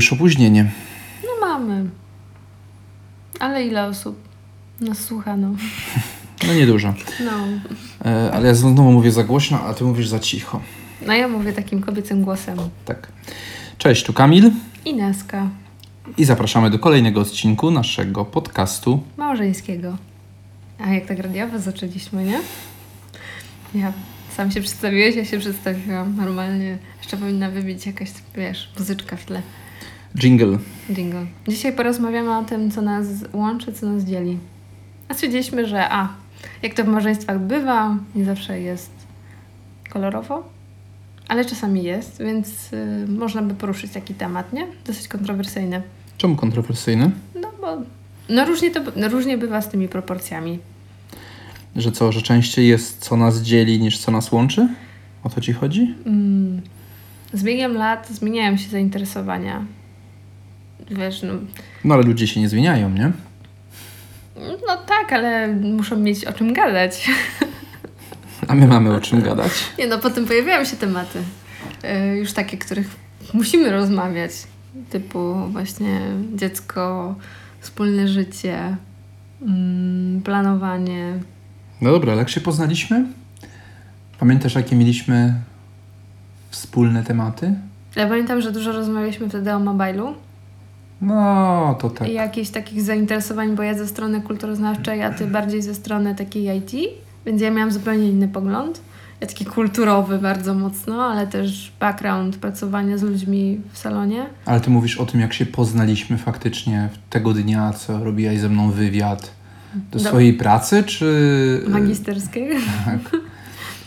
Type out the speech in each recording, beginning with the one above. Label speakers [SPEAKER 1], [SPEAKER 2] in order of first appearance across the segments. [SPEAKER 1] Już opóźnienie.
[SPEAKER 2] No mamy. Ale ile osób nas słucha, no.
[SPEAKER 1] No niedużo.
[SPEAKER 2] No.
[SPEAKER 1] E, ale ja znowu mówię za głośno, a ty mówisz za cicho.
[SPEAKER 2] No ja mówię takim kobiecym głosem.
[SPEAKER 1] Tak. Cześć, tu Kamil
[SPEAKER 2] Ineska
[SPEAKER 1] i zapraszamy do kolejnego odcinku naszego podcastu.
[SPEAKER 2] Małżeńskiego. A jak tak radiowo zaczęliśmy, nie? Ja sam się przedstawiłeś, ja się przedstawiłam normalnie. Jeszcze powinna wybić jakaś, wiesz, muzyczka w tle.
[SPEAKER 1] Jingle.
[SPEAKER 2] Jingle. Dzisiaj porozmawiamy o tym, co nas łączy, co nas dzieli. A stwierdziliśmy, że a, jak to w małżeństwach bywa, nie zawsze jest kolorowo, ale czasami jest, więc y, można by poruszyć taki temat, nie? Dosyć kontrowersyjny.
[SPEAKER 1] Czemu kontrowersyjny?
[SPEAKER 2] No bo no różnie, to, no różnie bywa z tymi proporcjami.
[SPEAKER 1] Że co, że częściej jest co nas dzieli niż co nas łączy? O to ci chodzi?
[SPEAKER 2] Mm. Z biegiem lat zmieniają się zainteresowania. Wiesz, no,
[SPEAKER 1] No ale ludzie się nie zmieniają, nie?
[SPEAKER 2] no tak, ale muszą mieć o czym gadać.
[SPEAKER 1] A my mamy o czym gadać.
[SPEAKER 2] Nie no, potem pojawiają się tematy. y, Już takie, których musimy rozmawiać. Typu właśnie dziecko, wspólne życie, mm, planowanie.
[SPEAKER 1] No dobra, ale jak się poznaliśmy? Pamiętasz, jakie mieliśmy wspólne tematy?
[SPEAKER 2] Ja pamiętam, że dużo rozmawialiśmy wtedy o mobilu
[SPEAKER 1] No, to tak.
[SPEAKER 2] i jakichś takich zainteresowań, bo ja ze strony kulturoznawczej, a ty bardziej ze strony takiej IT, więc ja miałam zupełnie inny pogląd. Ja taki kulturowy bardzo mocno, ale też background pracowania z ludźmi w salonie.
[SPEAKER 1] Ale ty mówisz o tym, jak się poznaliśmy faktycznie tego dnia, co robiłaś ze mną wywiad do
[SPEAKER 2] Do-
[SPEAKER 1] swojej pracy, czy...
[SPEAKER 2] Magisterskiej.
[SPEAKER 1] Tak.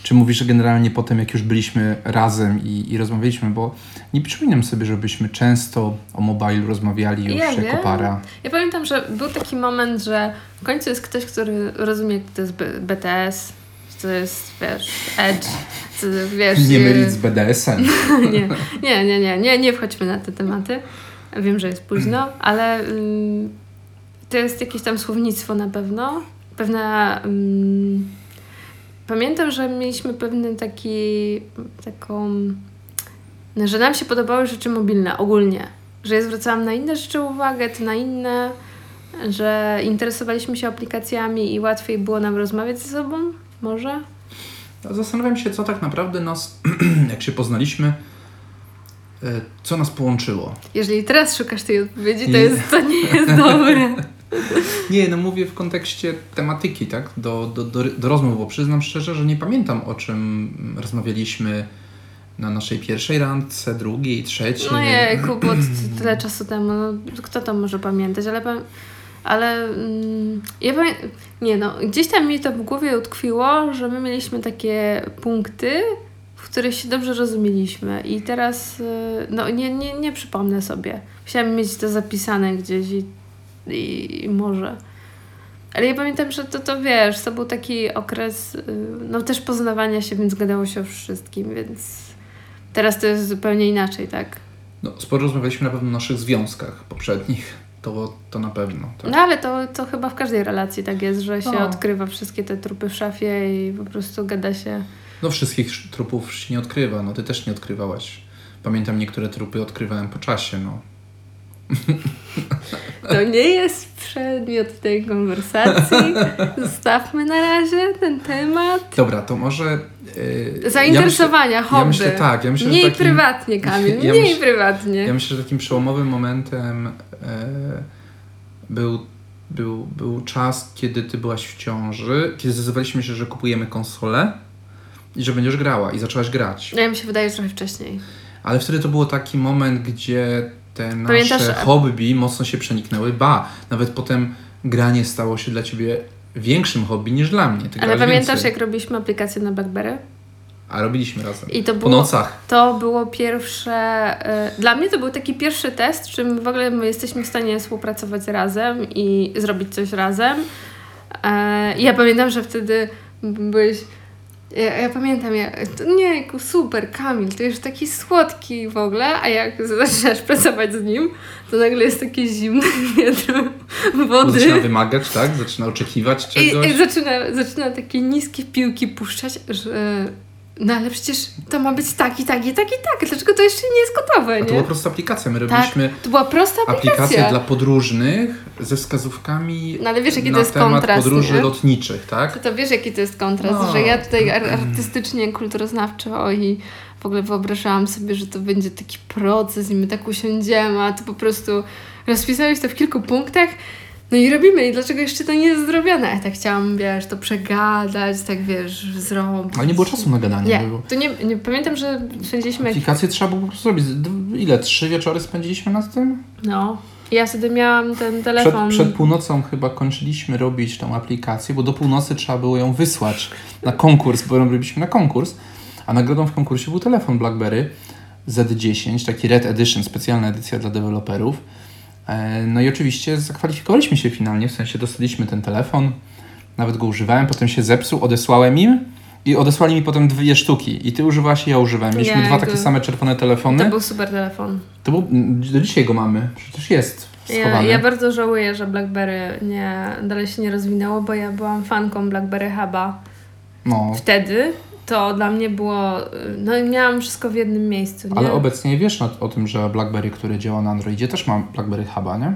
[SPEAKER 1] Czy mówisz generalnie potem, jak już byliśmy razem i, i rozmawialiśmy, bo nie przypominam sobie, żebyśmy często o mobilu rozmawiali już
[SPEAKER 2] Ja
[SPEAKER 1] jako
[SPEAKER 2] wiem.
[SPEAKER 1] para.
[SPEAKER 2] Ja pamiętam, że był taki moment, że w końcu jest ktoś, który rozumie, co to jest B- BTS, co to jest, wiesz, Edge, co, wiesz...
[SPEAKER 1] Nie
[SPEAKER 2] y-
[SPEAKER 1] mylić z BDS-em.
[SPEAKER 2] nie, nie, nie, nie, nie, nie wchodźmy na te tematy. Wiem, że jest późno, ale ym, to jest jakieś tam słownictwo na pewno. Pewna... ym, pamiętam, że mieliśmy pewny taki... taką... no, że nam się podobały rzeczy mobilne ogólnie. Że ja zwracałam na inne rzeczy uwagę, ty na inne, że interesowaliśmy się aplikacjami i łatwiej było nam rozmawiać ze sobą, może?
[SPEAKER 1] No, Zastanawiam się, co tak naprawdę nas, jak się poznaliśmy, e, co nas połączyło.
[SPEAKER 2] Jeżeli teraz szukasz tej odpowiedzi, to,
[SPEAKER 1] Nie.
[SPEAKER 2] jest, to nie jest dobre.
[SPEAKER 1] Nie, no mówię w kontekście tematyki, tak? Do, do, do, do rozmów, bo przyznam szczerze, że nie pamiętam o czym rozmawialiśmy na naszej pierwszej randce, drugiej, trzeciej.
[SPEAKER 2] No jejku, bo t- tyle czasu temu, no, kto to może pamiętać, ale, pa- ale mm, ja pamię- nie no, gdzieś tam mi to w głowie utkwiło, że my mieliśmy takie punkty, w których się dobrze rozumieliśmy i teraz, y, no nie, nie, nie przypomnę sobie. Chciałam mieć to zapisane gdzieś i, i, i może. Ale ja pamiętam, że to, to wiesz, to był taki okres, y, no też poznawania się, więc gadało się o wszystkim, więc teraz to jest zupełnie inaczej, tak?
[SPEAKER 1] No, sporo rozmawialiśmy na pewno o naszych związkach poprzednich. To, to na pewno. Tak?
[SPEAKER 2] No ale to, to chyba w każdej relacji tak jest, że się
[SPEAKER 1] No.
[SPEAKER 2] odkrywa wszystkie te trupy w szafie i po prostu gada się.
[SPEAKER 1] No wszystkich sz- trupów się nie odkrywa, no ty też nie odkrywałaś. Pamiętam, niektóre trupy odkrywałem po czasie, no.
[SPEAKER 2] To nie jest przedmiot tej konwersacji. Zostawmy na razie ten temat.
[SPEAKER 1] Dobra, to może... Yy,
[SPEAKER 2] Zainteresowania,
[SPEAKER 1] ja myślę,
[SPEAKER 2] hobby.
[SPEAKER 1] Ja myślę tak, ja myślę,
[SPEAKER 2] Mniej
[SPEAKER 1] że takim,
[SPEAKER 2] prywatnie, Kamil,
[SPEAKER 1] Ja
[SPEAKER 2] mniej
[SPEAKER 1] myślę-
[SPEAKER 2] prywatnie.
[SPEAKER 1] Ja myślę, że takim przełomowym momentem e, był, był, był czas, kiedy ty byłaś w ciąży, kiedy zdecydowaliśmy się, że kupujemy konsolę i że będziesz grała i zaczęłaś grać.
[SPEAKER 2] No ja mi się wydaje, że trochę wcześniej.
[SPEAKER 1] Ale wtedy to był taki moment, gdzie te nasze
[SPEAKER 2] Pamiętasz- e-
[SPEAKER 1] hobby mocno się przeniknęły. Ba, nawet potem granie stało się dla ciebie większym hobby niż dla mnie. Ty
[SPEAKER 2] Ale
[SPEAKER 1] grałaś
[SPEAKER 2] pamiętasz,
[SPEAKER 1] więcej.
[SPEAKER 2] jak robiliśmy aplikację na BlackBerry?
[SPEAKER 1] A robiliśmy razem.
[SPEAKER 2] I to
[SPEAKER 1] Po
[SPEAKER 2] było
[SPEAKER 1] nocach.
[SPEAKER 2] To było pierwsze. y, Dla mnie to był taki pierwszy test, w czym w ogóle my jesteśmy w stanie współpracować razem i zrobić coś razem. E, Ja pamiętam, że wtedy byłeś. Ja, ja pamiętam, ja, to nie, ku- super, Kamil, to już taki słodki w ogóle, a jak zaczynasz pracować z nim, to nagle jest takie zimne wiatr wody.
[SPEAKER 1] Zaczyna wymagać, tak? Zaczyna oczekiwać
[SPEAKER 2] I,
[SPEAKER 1] czegoś.
[SPEAKER 2] i zaczyna, zaczyna takie niskie piłki puszczać, że No ale przecież to ma być tak i tak i tak i tak. Dlaczego to jeszcze nie jest gotowe,
[SPEAKER 1] A to była
[SPEAKER 2] nie?
[SPEAKER 1] prosta aplikacja. My
[SPEAKER 2] Tak,
[SPEAKER 1] robiliśmy
[SPEAKER 2] to była prosta
[SPEAKER 1] aplikację
[SPEAKER 2] aplikacja.
[SPEAKER 1] dla podróżnych ze wskazówkami
[SPEAKER 2] No ale wiesz, jaki
[SPEAKER 1] na
[SPEAKER 2] to jest
[SPEAKER 1] temat
[SPEAKER 2] kontrast,
[SPEAKER 1] podróży
[SPEAKER 2] nie?
[SPEAKER 1] lotniczych, tak?
[SPEAKER 2] To, to wiesz, jaki to jest kontrast,
[SPEAKER 1] No.
[SPEAKER 2] że ja tutaj ar- artystycznie, kulturoznawczo i w ogóle wyobrażałam sobie, że to będzie taki proces i my tak usiądziemy, a to po prostu rozpisałeś to w kilku punktach, no i robimy. I dlaczego jeszcze to nie jest zrobione? A tak chciałam, wiesz, to przegadać, tak wiesz, zrobić.
[SPEAKER 1] Ale nie było czasu na gadanie.
[SPEAKER 2] Nie,
[SPEAKER 1] Było-
[SPEAKER 2] to nie, nie pamiętam, że spędziliśmy jak...
[SPEAKER 1] Aplikację trzeba było po prostu zrobić. D- Ile? Trzy wieczory spędziliśmy nad tym?
[SPEAKER 2] No. Ja wtedy miałam ten
[SPEAKER 1] Przed,
[SPEAKER 2] telefon.
[SPEAKER 1] przed północą chyba kończyliśmy robić tą aplikację, bo do północy trzeba było ją wysłać na konkurs, bo ją robiliśmy na konkurs, a nagrodą w konkursie był telefon BlackBerry Z10, taki Red Edition, specjalna edycja dla deweloperów. E, No i oczywiście zakwalifikowaliśmy się finalnie, w sensie dostaliśmy ten telefon, nawet go używałem, potem się zepsuł, odesłałem im i odesłali mi potem dwie sztuki. I ty używałaś i ja używałem. Mieliśmy
[SPEAKER 2] Nie,
[SPEAKER 1] dwa
[SPEAKER 2] to-
[SPEAKER 1] takie same czerwone
[SPEAKER 2] To
[SPEAKER 1] telefony.
[SPEAKER 2] był super telefon.
[SPEAKER 1] To był, do dzisiaj go mamy, przecież jest
[SPEAKER 2] Ja,
[SPEAKER 1] schowany.
[SPEAKER 2] ja bardzo żałuję, że BlackBerry nie, dalej się nie rozwinęło, bo ja byłam fanką BlackBerry Huba.
[SPEAKER 1] No,
[SPEAKER 2] Wtedy to dla mnie było... y, No miałam wszystko w jednym miejscu, nie?
[SPEAKER 1] Ale obecnie wiesz na, o tym, że BlackBerry, który działa na Androidzie, też ma BlackBerry Huba, nie?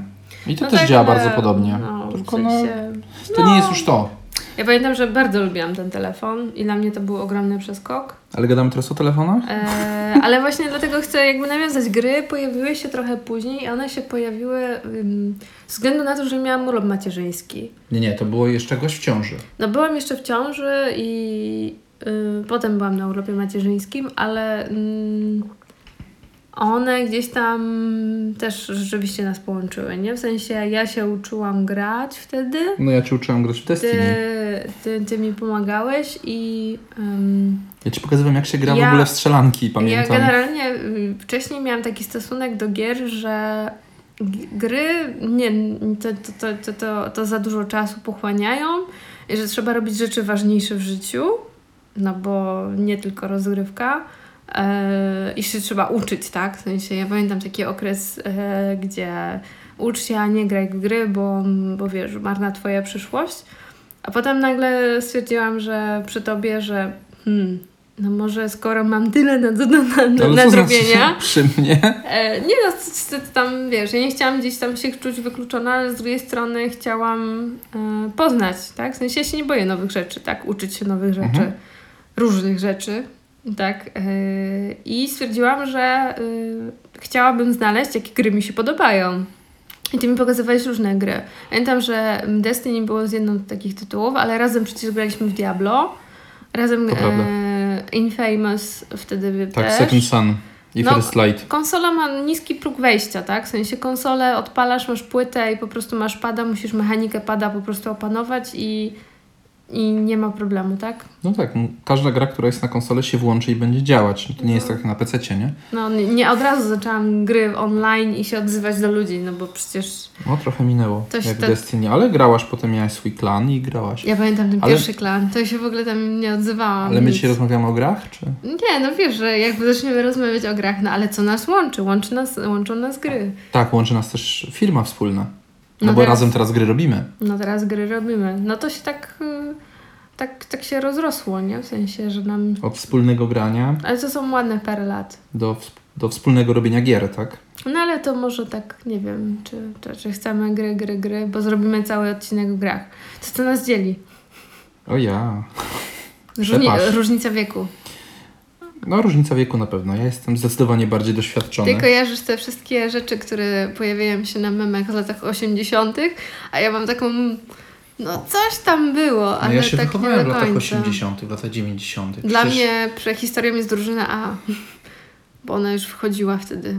[SPEAKER 1] I to
[SPEAKER 2] No
[SPEAKER 1] też
[SPEAKER 2] tak,
[SPEAKER 1] działa
[SPEAKER 2] ale-
[SPEAKER 1] bardzo podobnie.
[SPEAKER 2] No,
[SPEAKER 1] Tylko
[SPEAKER 2] w
[SPEAKER 1] no,
[SPEAKER 2] sensie... no.
[SPEAKER 1] to nie jest już to.
[SPEAKER 2] Ja pamiętam, że bardzo lubiłam ten telefon i dla mnie to był ogromny przeskok.
[SPEAKER 1] Ale gadamy teraz o telefonach?
[SPEAKER 2] E, ale właśnie dlatego chcę jakby nawiązać. Gry pojawiły się trochę później i one się pojawiły ym, ze względu na to, że miałam urlop macierzyński.
[SPEAKER 1] Nie, nie, to było jeszcze gość w ciąży.
[SPEAKER 2] No byłam jeszcze w ciąży i y, potem byłam na urlopie macierzyńskim, ale mm, one gdzieś tam też rzeczywiście nas połączyły, nie? W sensie ja się uczyłam grać wtedy,
[SPEAKER 1] No ja cię uczyłam grać w
[SPEAKER 2] ty,
[SPEAKER 1] Destiny.
[SPEAKER 2] ty, ty mi pomagałeś i... ym,
[SPEAKER 1] Ja ci pokazywałem, jak się gra
[SPEAKER 2] Ja-
[SPEAKER 1] w ogóle w strzelanki, pamiętam.
[SPEAKER 2] ja generalnie y, wcześniej miałam taki stosunek do gier, że g- gry nie, to, to, to, to, to, to za dużo czasu pochłaniają i że trzeba robić rzeczy ważniejsze w życiu, no bo nie tylko rozgrywka. e, I się trzeba uczyć, tak? W sensie ja pamiętam taki okres, e, gdzie ucz się, a nie graj w gry, bo, bo wiesz, marna twoja przyszłość. A potem nagle stwierdziłam, że przy tobie, że hmm, no może skoro mam tyle na, do, na, na,
[SPEAKER 1] Ale
[SPEAKER 2] na
[SPEAKER 1] co
[SPEAKER 2] zrobienia,
[SPEAKER 1] znaczy przy mnie?
[SPEAKER 2] e, nie no, c- c- tam wiesz, ja nie chciałam gdzieś tam się czuć wykluczona, ale z drugiej strony chciałam e, poznać, tak? W sensie ja się nie boję nowych rzeczy, tak? Uczyć się nowych rzeczy,
[SPEAKER 1] Mhm.
[SPEAKER 2] różnych rzeczy, tak? E, I stwierdziłam, że e, chciałabym znaleźć, jakie gry mi się podobają. I ty mi pokazywałeś różne gry. Pamiętam, że Destiny było z jedną z takich tytułów, ale razem przecież graliśmy w Diablo, razem
[SPEAKER 1] To prawda.
[SPEAKER 2] e, Infamous wtedy
[SPEAKER 1] Tak,
[SPEAKER 2] też.
[SPEAKER 1] Second Sun i
[SPEAKER 2] No.
[SPEAKER 1] First Light.
[SPEAKER 2] Konsola ma niski próg wejścia, tak? W sensie konsolę odpalasz, masz płytę i po prostu masz pada, musisz mechanikę pada po prostu opanować i, i nie ma problemu, tak?
[SPEAKER 1] No tak, no, każda gra, która jest na konsolę się włączy i będzie działać. To nie jest tak jak na PC, nie?
[SPEAKER 2] No nie, nie od razu zaczęłam gry online i się odzywać do ludzi, no bo przecież
[SPEAKER 1] No trochę minęło
[SPEAKER 2] Coś
[SPEAKER 1] jak w
[SPEAKER 2] tak-
[SPEAKER 1] Destiny, ale grałaś, potem miałaś swój klan i grałaś.
[SPEAKER 2] ja pamiętam ten
[SPEAKER 1] Ale-
[SPEAKER 2] pierwszy klan, to ja się w ogóle tam nie odzywałam.
[SPEAKER 1] Ale my
[SPEAKER 2] nic.
[SPEAKER 1] dzisiaj rozmawiamy o grach, czy?
[SPEAKER 2] Nie, no wiesz, że jakby zaczniemy rozmawiać o grach, no ale co nas łączy? łączy nas, łączą nas gry.
[SPEAKER 1] Tak, łączy nas też firma wspólna. No,
[SPEAKER 2] No
[SPEAKER 1] bo
[SPEAKER 2] teraz-
[SPEAKER 1] razem teraz gry robimy.
[SPEAKER 2] No teraz gry robimy. No to się tak, y, tak, tak się rozrosło, nie? W sensie, że nam
[SPEAKER 1] Od wspólnego grania
[SPEAKER 2] Ale to są ładne parę lat.
[SPEAKER 1] do, ws- do wspólnego robienia gier, tak?
[SPEAKER 2] No ale to może tak, nie wiem, czy, czy, czy chcemy gry, gry, gry, bo zrobimy cały odcinek o grach. Co to nas dzieli?
[SPEAKER 1] O ja.
[SPEAKER 2] Różni,
[SPEAKER 1] Przepaść.
[SPEAKER 2] różnica wieku.
[SPEAKER 1] No różnica wieku na pewno. Ja jestem zdecydowanie bardziej doświadczony.
[SPEAKER 2] Ty kojarzysz te wszystkie rzeczy, które pojawiają się na memach w latach 80., a ja mam taką. No coś tam było,
[SPEAKER 1] no
[SPEAKER 2] ale
[SPEAKER 1] ja się
[SPEAKER 2] tak nie
[SPEAKER 1] wychowałem
[SPEAKER 2] do
[SPEAKER 1] w latach
[SPEAKER 2] końca.
[SPEAKER 1] 80., w latach 90.
[SPEAKER 2] Dla
[SPEAKER 1] Przecież
[SPEAKER 2] mnie prehistorią jest drużyna A, bo ona już wchodziła wtedy.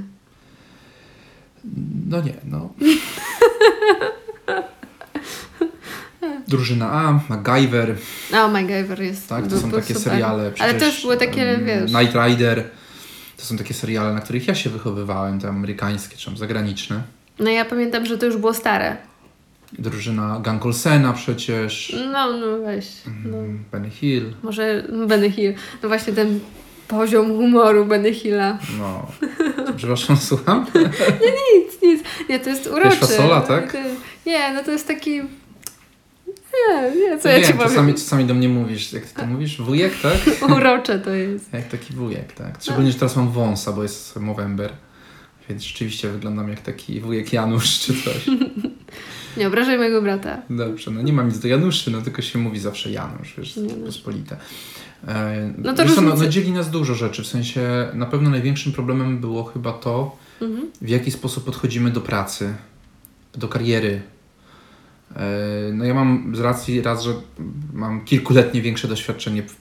[SPEAKER 1] No nie, no. Drużyna A, MacGyver,
[SPEAKER 2] No, MacGyver jest.
[SPEAKER 1] tak? To
[SPEAKER 2] był-
[SPEAKER 1] są
[SPEAKER 2] był
[SPEAKER 1] takie
[SPEAKER 2] No super.
[SPEAKER 1] seriale.
[SPEAKER 2] Ale
[SPEAKER 1] przecież,
[SPEAKER 2] to już były takie,
[SPEAKER 1] em,
[SPEAKER 2] wiesz.
[SPEAKER 1] Knight Rider. To są takie seriale, na których ja się wychowywałem, te amerykańskie czy tam zagraniczne.
[SPEAKER 2] No ja pamiętam, że to już było stare.
[SPEAKER 1] Drużyna Gankolsena przecież, mm,
[SPEAKER 2] No, no weź. No.
[SPEAKER 1] Benny Hill,
[SPEAKER 2] Może Benny Hill. No właśnie ten poziom humoru Benny Hilla.
[SPEAKER 1] no. Przepraszam, słucham?
[SPEAKER 2] Nic, nic. Nie, to jest uroczy.
[SPEAKER 1] fasola, tak?
[SPEAKER 2] Nie, no to jest taki... Nie, nie, co ja
[SPEAKER 1] Wiem,
[SPEAKER 2] ci
[SPEAKER 1] czasami,
[SPEAKER 2] powiem.
[SPEAKER 1] czasami do mnie mówisz, jak ty to mówisz, wujek, tak?
[SPEAKER 2] Urocze to jest.
[SPEAKER 1] Jak taki wujek, tak. Szczególnie, że teraz mam wąsa, bo jest Movember, więc rzeczywiście wyglądam jak taki wujek Janusz czy coś.
[SPEAKER 2] Nie obrażaj mojego brata.
[SPEAKER 1] Dobrze, no nie mam nic do Januszy, no tylko się mówi zawsze Janusz, wiesz,
[SPEAKER 2] Janusz.
[SPEAKER 1] pospolite. E,
[SPEAKER 2] No to
[SPEAKER 1] wiesz co, no,
[SPEAKER 2] różnicy-
[SPEAKER 1] no dzieli nas dużo rzeczy, w sensie na pewno największym problemem było chyba to,
[SPEAKER 2] Mhm.
[SPEAKER 1] w jaki sposób podchodzimy do pracy, do kariery. E, No ja mam z racji raz, że mam kilkuletnie większe doświadczenie w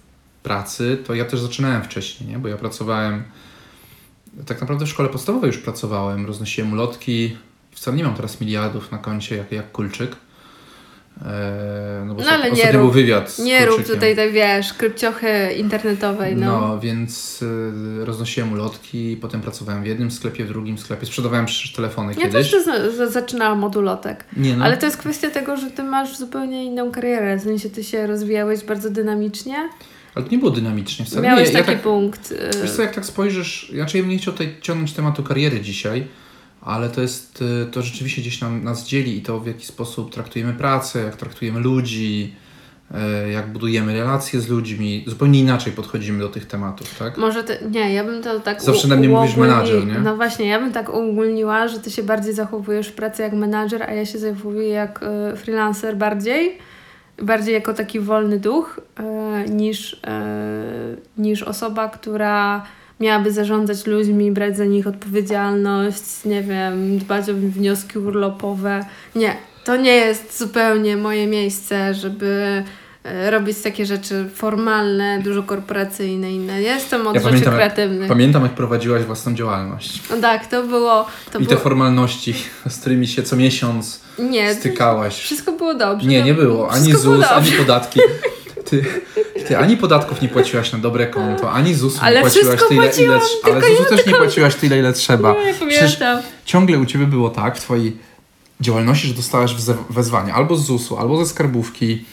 [SPEAKER 1] pracy, to ja też zaczynałem wcześniej, nie? bo ja pracowałem, tak naprawdę w szkole podstawowej już pracowałem, roznosiłem ulotki, wcale nie mam teraz miliardów na koncie jak, jak Kulczyk. E, No, bo
[SPEAKER 2] No,
[SPEAKER 1] ostat-
[SPEAKER 2] ale nie
[SPEAKER 1] ostatnio
[SPEAKER 2] rób-
[SPEAKER 1] był wywiad z
[SPEAKER 2] Nie rób
[SPEAKER 1] Kulczykiem.
[SPEAKER 2] tutaj, tak, wiesz, krypciochy internetowej, no.
[SPEAKER 1] No, więc y, roznosiłem ulotki, potem pracowałem w jednym sklepie, w drugim sklepie, sprzedawałem przecież telefony
[SPEAKER 2] Ja
[SPEAKER 1] kiedyś.
[SPEAKER 2] też zna- z- zaczynałam od ulotek.
[SPEAKER 1] Nie no,
[SPEAKER 2] Ale to jest kwestia tego, że ty masz zupełnie inną karierę. W sensie ty się rozwijałeś bardzo dynamicznie.
[SPEAKER 1] ale to nie było dynamicznie wcale.
[SPEAKER 2] Miałeś
[SPEAKER 1] nie,
[SPEAKER 2] taki
[SPEAKER 1] ja tak,
[SPEAKER 2] punkt. y,
[SPEAKER 1] wiesz co, jak tak spojrzysz, raczej bym nie chciał tutaj ciągnąć tematu kariery dzisiaj, ale to jest, y, to rzeczywiście gdzieś nam, nas dzieli i to w jaki sposób traktujemy pracę, jak traktujemy ludzi, y, jak budujemy relacje z ludźmi, zupełnie inaczej podchodzimy do tych tematów, tak?
[SPEAKER 2] Może ty, nie, ja bym to tak u-
[SPEAKER 1] Zawsze na mnie mówisz
[SPEAKER 2] uogólni-
[SPEAKER 1] menadżer, nie?
[SPEAKER 2] No właśnie, ja bym tak uogólniła, że ty się bardziej zachowujesz w pracy jak menadżer, a ja się zachowuję jak y, freelancer bardziej, bardziej jako taki wolny duch y, niż, y, niż osoba, która miałaby zarządzać ludźmi, brać za nich odpowiedzialność, nie wiem, dbać o wnioski urlopowe. Nie, to nie jest zupełnie moje miejsce, żeby e, robić takie rzeczy formalne, dużo korporacyjne i inne. Ja Jestem od
[SPEAKER 1] Ja
[SPEAKER 2] rzeczy
[SPEAKER 1] pamiętam, jak-
[SPEAKER 2] kreatywnych.
[SPEAKER 1] Pamiętam, jak prowadziłaś własną działalność.
[SPEAKER 2] no tak, to było... To
[SPEAKER 1] I
[SPEAKER 2] było
[SPEAKER 1] te formalności, z którymi się co miesiąc
[SPEAKER 2] nie,
[SPEAKER 1] stykałaś.
[SPEAKER 2] wszystko było dobrze.
[SPEAKER 1] Nie,
[SPEAKER 2] to-
[SPEAKER 1] nie było. Ani
[SPEAKER 2] wszystko było
[SPEAKER 1] ZUS, ani
[SPEAKER 2] dobrze.
[SPEAKER 1] podatki. Ty, ty ani podatków nie płaciłaś na dobre konto, ani ZUS nie
[SPEAKER 2] Ale
[SPEAKER 1] płaciłaś
[SPEAKER 2] wszystko
[SPEAKER 1] tyle, ile
[SPEAKER 2] płaciłam,
[SPEAKER 1] Ale
[SPEAKER 2] tylko No,
[SPEAKER 1] ZUS też nie płaciłaś tyle, ile trzeba.
[SPEAKER 2] Nie,
[SPEAKER 1] Przecież
[SPEAKER 2] pamiętam.
[SPEAKER 1] ciągle u ciebie było tak w twojej działalności, że dostałaś wze- wezwanie albo z ZUS-u, albo ze skarbówki.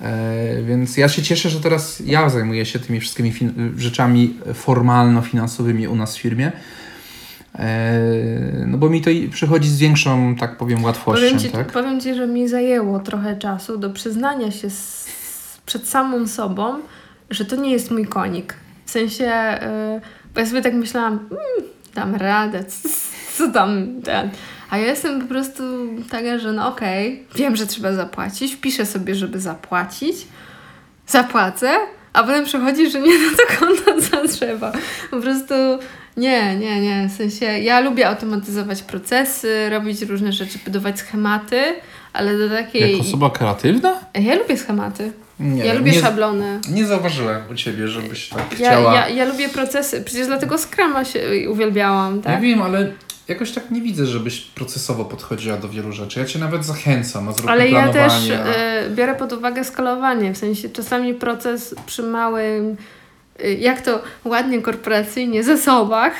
[SPEAKER 1] E, więc ja się cieszę, że teraz ja zajmuję się tymi wszystkimi fin- rzeczami formalno-finansowymi u nas w firmie. E, no bo mi to i przychodzi z większą, tak powiem, łatwością,
[SPEAKER 2] Powiem ci,
[SPEAKER 1] tak?
[SPEAKER 2] powiem ci, że mi zajęło trochę czasu do przyznania się s- przed samą sobą, że to nie jest mój konik. W sensie, yy, bo ja sobie tak myślałam, mm, dam radę, c- c- co tam ten. A ja jestem po prostu taka, że no okej, wiem, że trzeba zapłacić, piszę sobie, żeby zapłacić, zapłacę, a potem przychodzi, że nie na to konto zatrzeba. Po prostu nie, nie, nie. W sensie ja lubię automatyzować procesy, robić różne rzeczy, budować schematy, ale do takiej...
[SPEAKER 1] Jak osoba kreatywna?
[SPEAKER 2] Ja lubię schematy.
[SPEAKER 1] Nie,
[SPEAKER 2] ja lubię
[SPEAKER 1] nie,
[SPEAKER 2] szablony.
[SPEAKER 1] nie zauważyłem u ciebie, żebyś tak
[SPEAKER 2] Ja,
[SPEAKER 1] chciała.
[SPEAKER 2] ja, ja lubię procesy. Przecież dlatego Scrama się uwielbiałam,
[SPEAKER 1] Ja
[SPEAKER 2] tak?
[SPEAKER 1] wiem, ale jakoś tak nie widzę, żebyś procesowo podchodziła do wielu rzeczy. Ja cię nawet zachęcam, a zróbmy
[SPEAKER 2] Ale ja
[SPEAKER 1] planowanie.
[SPEAKER 2] też
[SPEAKER 1] a-
[SPEAKER 2] y, biorę pod uwagę skalowanie. W sensie czasami proces przy małym, y, jak to ładnie korporacyjnie, zasobach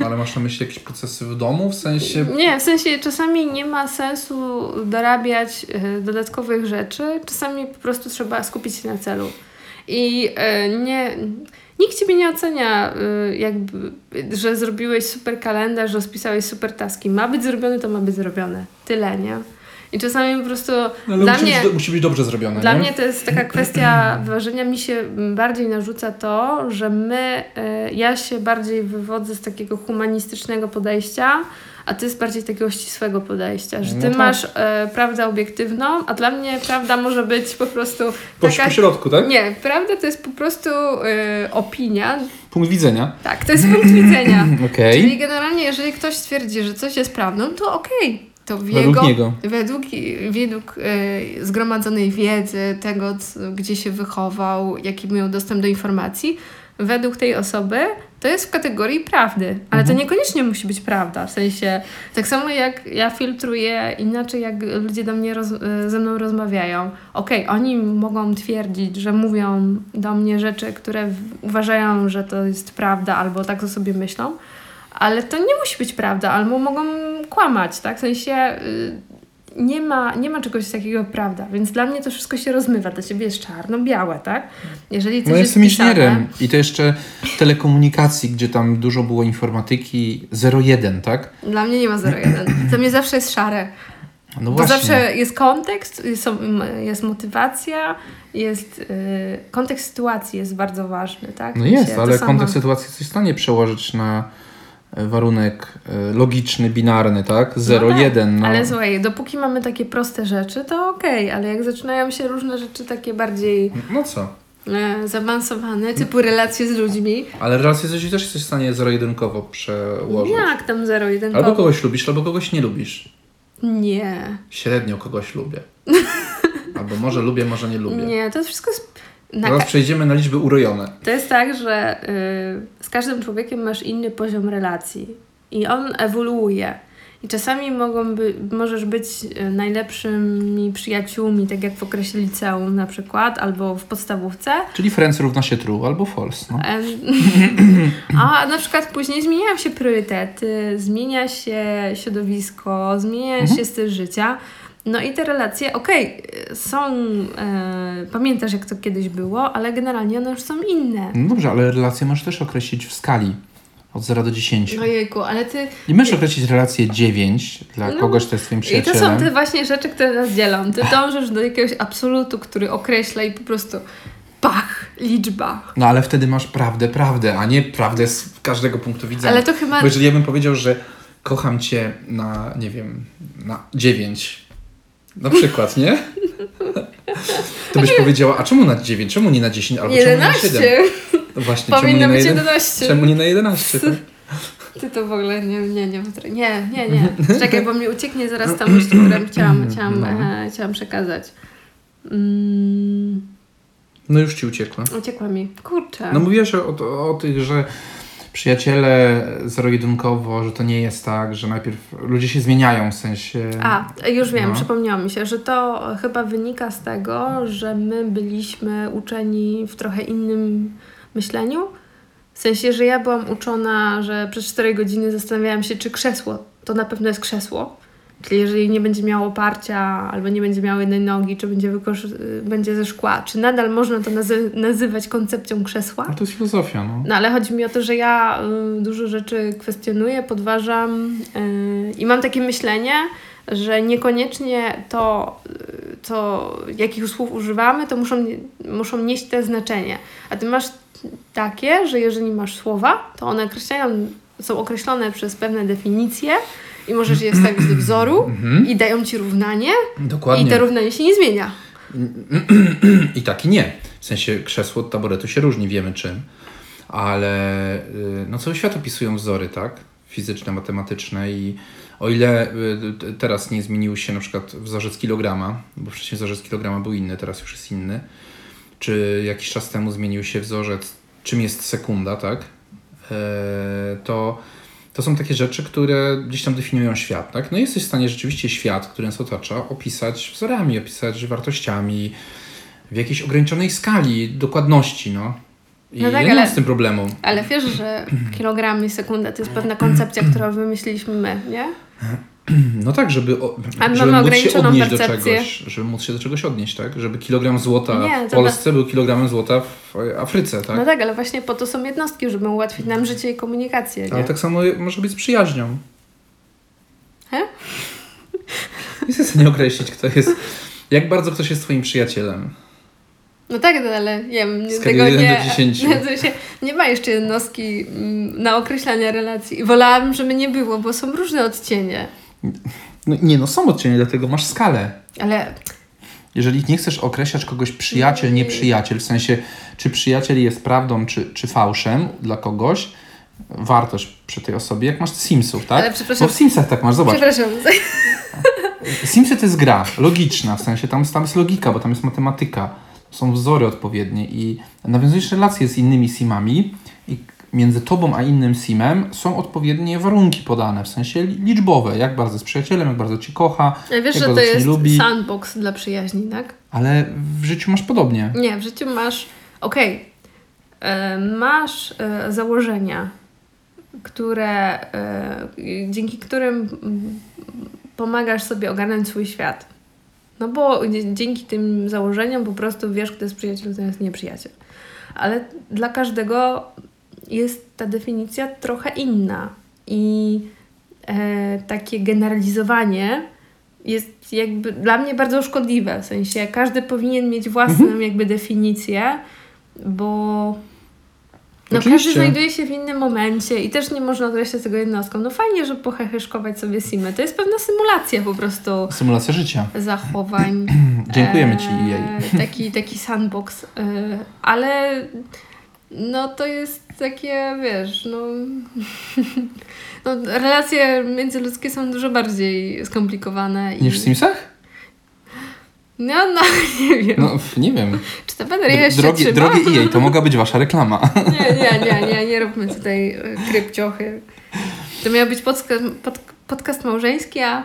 [SPEAKER 1] No, Ale masz na myśli jakieś procesy w domu? W sensie...
[SPEAKER 2] Nie, w sensie czasami nie ma sensu dorabiać e, dodatkowych rzeczy, czasami po prostu trzeba skupić się na celu. I e, nie, nikt ciebie nie ocenia, e, jakby, że zrobiłeś super kalendarz, że spisałeś super taski. Ma być zrobione, to ma być zrobione. Tyle, nie? I czasami po prostu
[SPEAKER 1] no, Ale
[SPEAKER 2] dla
[SPEAKER 1] musi,
[SPEAKER 2] mnie...
[SPEAKER 1] być, do- musi być dobrze zrobione,
[SPEAKER 2] Dla
[SPEAKER 1] nie?
[SPEAKER 2] mnie to jest taka kwestia wyważenia. Mi się bardziej narzuca to, że my, y, ja się bardziej wywodzę z takiego humanistycznego podejścia, a ty z bardziej takiego ścisłego podejścia, że
[SPEAKER 1] No
[SPEAKER 2] ty
[SPEAKER 1] tak.
[SPEAKER 2] masz y, prawdę obiektywną, a dla mnie prawda może być po prostu
[SPEAKER 1] Poś,
[SPEAKER 2] taka...
[SPEAKER 1] Po środku, tak?
[SPEAKER 2] Nie, prawda to jest po prostu y, opinia.
[SPEAKER 1] Punkt widzenia.
[SPEAKER 2] Tak, to jest punkt widzenia.
[SPEAKER 1] Okej.
[SPEAKER 2] Czyli generalnie, jeżeli ktoś twierdzi, że coś jest prawdą, to okej. To w
[SPEAKER 1] Według
[SPEAKER 2] jego,
[SPEAKER 1] niego.
[SPEAKER 2] według, według e, zgromadzonej wiedzy, tego, co, gdzie się wychował, jaki miał dostęp do informacji, według tej osoby to jest w kategorii prawdy. Ale to niekoniecznie musi być prawda. W sensie, tak samo jak ja filtruję inaczej, jak ludzie do mnie roz, e, ze mną rozmawiają. Okej, oni mogą twierdzić, że mówią do mnie rzeczy, które w- uważają, że to jest prawda, albo tak o sobie myślą, ale to nie musi być prawda, albo mogą kłamać, tak? W sensie y, nie ma, nie ma czegoś takiego jak prawda, więc dla mnie to wszystko się rozmywa, dla ciebie jest czarno-białe, tak? Jeżeli coś
[SPEAKER 1] No ja
[SPEAKER 2] jest
[SPEAKER 1] jestem
[SPEAKER 2] pisane,
[SPEAKER 1] inżynierem i to jeszcze telekomunikacji, gdzie tam dużo było informatyki 01, tak?
[SPEAKER 2] Dla mnie nie ma 0,1. Dla mnie zawsze jest szare.
[SPEAKER 1] No
[SPEAKER 2] Bo
[SPEAKER 1] właśnie.
[SPEAKER 2] zawsze jest kontekst, są, jest motywacja, jest y, kontekst sytuacji jest bardzo ważny, tak?
[SPEAKER 1] No
[SPEAKER 2] Mi się
[SPEAKER 1] jest,
[SPEAKER 2] to
[SPEAKER 1] ale
[SPEAKER 2] samo-
[SPEAKER 1] kontekst sytuacji jesteś w stanie przełożyć na e, warunek e, logiczny, binarny, tak? 0,
[SPEAKER 2] No tak,
[SPEAKER 1] 1. No,
[SPEAKER 2] Ale słuchaj, dopóki mamy takie proste rzeczy, to okej, ale jak zaczynają się różne rzeczy takie bardziej
[SPEAKER 1] no co?
[SPEAKER 2] e, zaawansowane, typu relacje z ludźmi,
[SPEAKER 1] Ale relacje z ludźmi też jesteś w stanie zero-jedynkowo przełożyć.
[SPEAKER 2] jak tam zero jeden
[SPEAKER 1] Albo
[SPEAKER 2] kogo?
[SPEAKER 1] kogoś lubisz, albo kogoś nie lubisz.
[SPEAKER 2] Nie,
[SPEAKER 1] Średnio kogoś lubię. Albo może lubię, może nie lubię. No.
[SPEAKER 2] nie, to wszystko jest... Na
[SPEAKER 1] Teraz przejdziemy na liczby urojone.
[SPEAKER 2] To jest tak, że y, z każdym człowiekiem masz inny poziom relacji i on ewoluuje. I czasami mogą by, możesz być y, najlepszymi przyjaciółmi, tak jak w okresie liceum na przykład, albo w podstawówce.
[SPEAKER 1] Czyli friends równa się true albo false. No.
[SPEAKER 2] Em, A na przykład później zmieniają się priorytety, zmienia się środowisko, zmienia się styl życia. No i te relacje, okej, y, są, y, pamiętasz jak to kiedyś było, ale generalnie one już są inne.
[SPEAKER 1] no dobrze, ale relacje możesz też określić w skali od 0 do 10.
[SPEAKER 2] Ojejku, No ale ty.
[SPEAKER 1] I możesz określić relację 9 dla
[SPEAKER 2] No.
[SPEAKER 1] kogoś, kto jest twoim
[SPEAKER 2] I to są
[SPEAKER 1] przyjacielem.
[SPEAKER 2] te właśnie rzeczy, które nas dzielą. Ty dążysz do jakiegoś absolutu, który określa i po prostu pach, liczba.
[SPEAKER 1] No ale wtedy masz prawdę, prawdę, a nie prawdę z każdego punktu widzenia.
[SPEAKER 2] Ale to chyba.
[SPEAKER 1] Bo jeżeli ja bym powiedział, że kocham cię na, nie wiem, na 9, na przykład, nie? To
[SPEAKER 2] Znaczy-
[SPEAKER 1] byś powiedziała, a czemu na 9, czemu nie na 10, albo czemu nie na 7?
[SPEAKER 2] 11!
[SPEAKER 1] No Właśnie, czemu nie
[SPEAKER 2] Powinno
[SPEAKER 1] na
[SPEAKER 2] być
[SPEAKER 1] 11?
[SPEAKER 2] 11.
[SPEAKER 1] Czemu nie na 11? Tak?
[SPEAKER 2] Ty to w ogóle nie, nie, nie, potra- nie, nie, nie. Czekaj, bo mi ucieknie zaraz ta myśl, którą chciałam, chciałam,
[SPEAKER 1] No.
[SPEAKER 2] e, chciałam przekazać. Mm,
[SPEAKER 1] No już ci uciekłem.
[SPEAKER 2] uciekła mi. Kurczę.
[SPEAKER 1] No mówiłaś o, o, o tych, że przyjaciele zero-jedynkowo, że to nie jest tak, że najpierw ludzie się zmieniają w sensie...
[SPEAKER 2] A, już wiem,
[SPEAKER 1] No.
[SPEAKER 2] przypomniało mi się, że to chyba wynika z tego, że my byliśmy uczeni w trochę innym myśleniu. W sensie, że ja byłam uczona, że przez 4 godziny zastanawiałam się, czy krzesło to na pewno jest krzesło. Czyli jeżeli nie będzie miało oparcia, albo nie będzie miało jednej nogi, czy będzie, wykorzy- będzie ze szkła, czy nadal można to nazy- nazywać koncepcją krzesła?
[SPEAKER 1] No to jest filozofia, no.
[SPEAKER 2] No ale chodzi mi o to, że ja y, dużo rzeczy kwestionuję, podważam y, i mam takie myślenie, że niekoniecznie to, y, co, jakich słów używamy, to muszą, muszą nieść te znaczenie. A ty masz takie, że jeżeli masz słowa, to one określają, są określone przez pewne definicje i możesz je wstawić do wzoru i dają ci równanie
[SPEAKER 1] Dokładnie.
[SPEAKER 2] i to równanie się nie zmienia.
[SPEAKER 1] I tak i nie. W sensie krzesło od taboretu się różni, wiemy czym. Ale y, no cały świat opisują wzory, tak? Fizyczne, matematyczne i o ile y, t- teraz nie zmienił się na przykład wzorzec kilograma, bo wcześniej wzorzec kilograma był inny, teraz już jest inny, czy jakiś czas temu zmienił się wzorzec, czym jest sekunda, tak? E, to, to są takie rzeczy, które gdzieś tam definiują świat, tak? No i jesteś w stanie rzeczywiście świat, który nas otacza, opisać wzorami, opisać wartościami, w jakiejś ograniczonej skali dokładności, no. I
[SPEAKER 2] No tak,
[SPEAKER 1] ja nie
[SPEAKER 2] ale-
[SPEAKER 1] mam z tym problemu.
[SPEAKER 2] Ale wiesz, że kilogramy i sekunda to jest pewna koncepcja, którą wymyśliliśmy my, nie?
[SPEAKER 1] No tak, żeby, o,
[SPEAKER 2] A my
[SPEAKER 1] żeby
[SPEAKER 2] mamy
[SPEAKER 1] móc się
[SPEAKER 2] ograniczoną
[SPEAKER 1] odnieść
[SPEAKER 2] percepcję.
[SPEAKER 1] do czegoś, żeby móc się do czegoś odnieść, tak? Żeby kilogram złota
[SPEAKER 2] Nie,
[SPEAKER 1] w
[SPEAKER 2] to
[SPEAKER 1] Polsce był kilogramem złota w e, Afryce, tak?
[SPEAKER 2] No tak, ale właśnie po to są jednostki, żeby ułatwić nam życie i komunikację. Nie?
[SPEAKER 1] Ale tak samo może być z przyjaźnią.
[SPEAKER 2] He?
[SPEAKER 1] Nie chcę sobie nie określić, kto jest. Jak bardzo ktoś jest twoim przyjacielem.
[SPEAKER 2] No tak, no, ale nie wiem, nie
[SPEAKER 1] Skali
[SPEAKER 2] tego
[SPEAKER 1] jeden
[SPEAKER 2] nie.
[SPEAKER 1] do dziesięciu.
[SPEAKER 2] W sensie nie ma jeszcze jednostki mm, na określanie relacji. I wolałabym, żeby nie było, bo są różne odcienie.
[SPEAKER 1] No, nie no, są odcienie, dlatego masz skalę.
[SPEAKER 2] Ale
[SPEAKER 1] Jeżeli nie chcesz określać kogoś przyjaciel,
[SPEAKER 2] Nie.
[SPEAKER 1] nieprzyjaciel, w sensie czy przyjaciel jest prawdą, czy, czy fałszem dla kogoś, wartość przy tej osobie, jak masz Simsów, tak?
[SPEAKER 2] Ale przepraszam-
[SPEAKER 1] Bo w Simsach tak masz, zobacz.
[SPEAKER 2] przepraszam,
[SPEAKER 1] Simsy to jest gra logiczna, w sensie tam, tam jest logika, bo tam jest matematyka, są wzory odpowiednie i nawiązujesz relacje z innymi simami i między tobą a innym simem są odpowiednie warunki podane, w sensie li- liczbowe, jak bardzo jest przyjacielem, jak bardzo ci kocha,
[SPEAKER 2] ale wiesz,
[SPEAKER 1] jak
[SPEAKER 2] że
[SPEAKER 1] bardzo
[SPEAKER 2] to
[SPEAKER 1] cię
[SPEAKER 2] jest
[SPEAKER 1] nie lubi,
[SPEAKER 2] sandbox dla przyjaźni, tak?
[SPEAKER 1] ale w życiu masz podobnie.
[SPEAKER 2] Nie, w życiu masz. Okej, e, masz e, założenia, które, e, dzięki którym mm, pomagasz sobie ogarnąć swój świat. No bo dzie- dzięki tym założeniom po prostu wiesz, kto jest przyjaciel, kto jest nieprzyjaciel. Ale dla każdego jest ta definicja trochę inna. I e, takie generalizowanie jest jakby dla mnie bardzo szkodliwe. W sensie każdy powinien mieć własną jakby definicję, bo no każdy
[SPEAKER 1] Oczywiście.
[SPEAKER 2] znajduje się w innym momencie i też nie można określać tego jednostką. No fajnie, że pocheheszkować sobie simę. To jest pewna symulacja po prostu
[SPEAKER 1] Symulacja życia.
[SPEAKER 2] zachowań.
[SPEAKER 1] Dziękujemy ci
[SPEAKER 2] Eee,
[SPEAKER 1] jej.
[SPEAKER 2] Taki, taki sandbox. e, ale no to jest takie, wiesz, no, no relacje międzyludzkie są dużo bardziej skomplikowane. i-
[SPEAKER 1] Niż w Simsach?
[SPEAKER 2] No, no, nie wiem.
[SPEAKER 1] No, f- nie wiem.
[SPEAKER 2] Czy ta bateria jeszcze
[SPEAKER 1] drogie,
[SPEAKER 2] trzyma?
[SPEAKER 1] drogie jej, to mogła być wasza reklama.
[SPEAKER 2] Nie, nie, nie, nie, nie róbmy tutaj e, krypciochy. To miał być podska- pod, podcast małżeński, a e,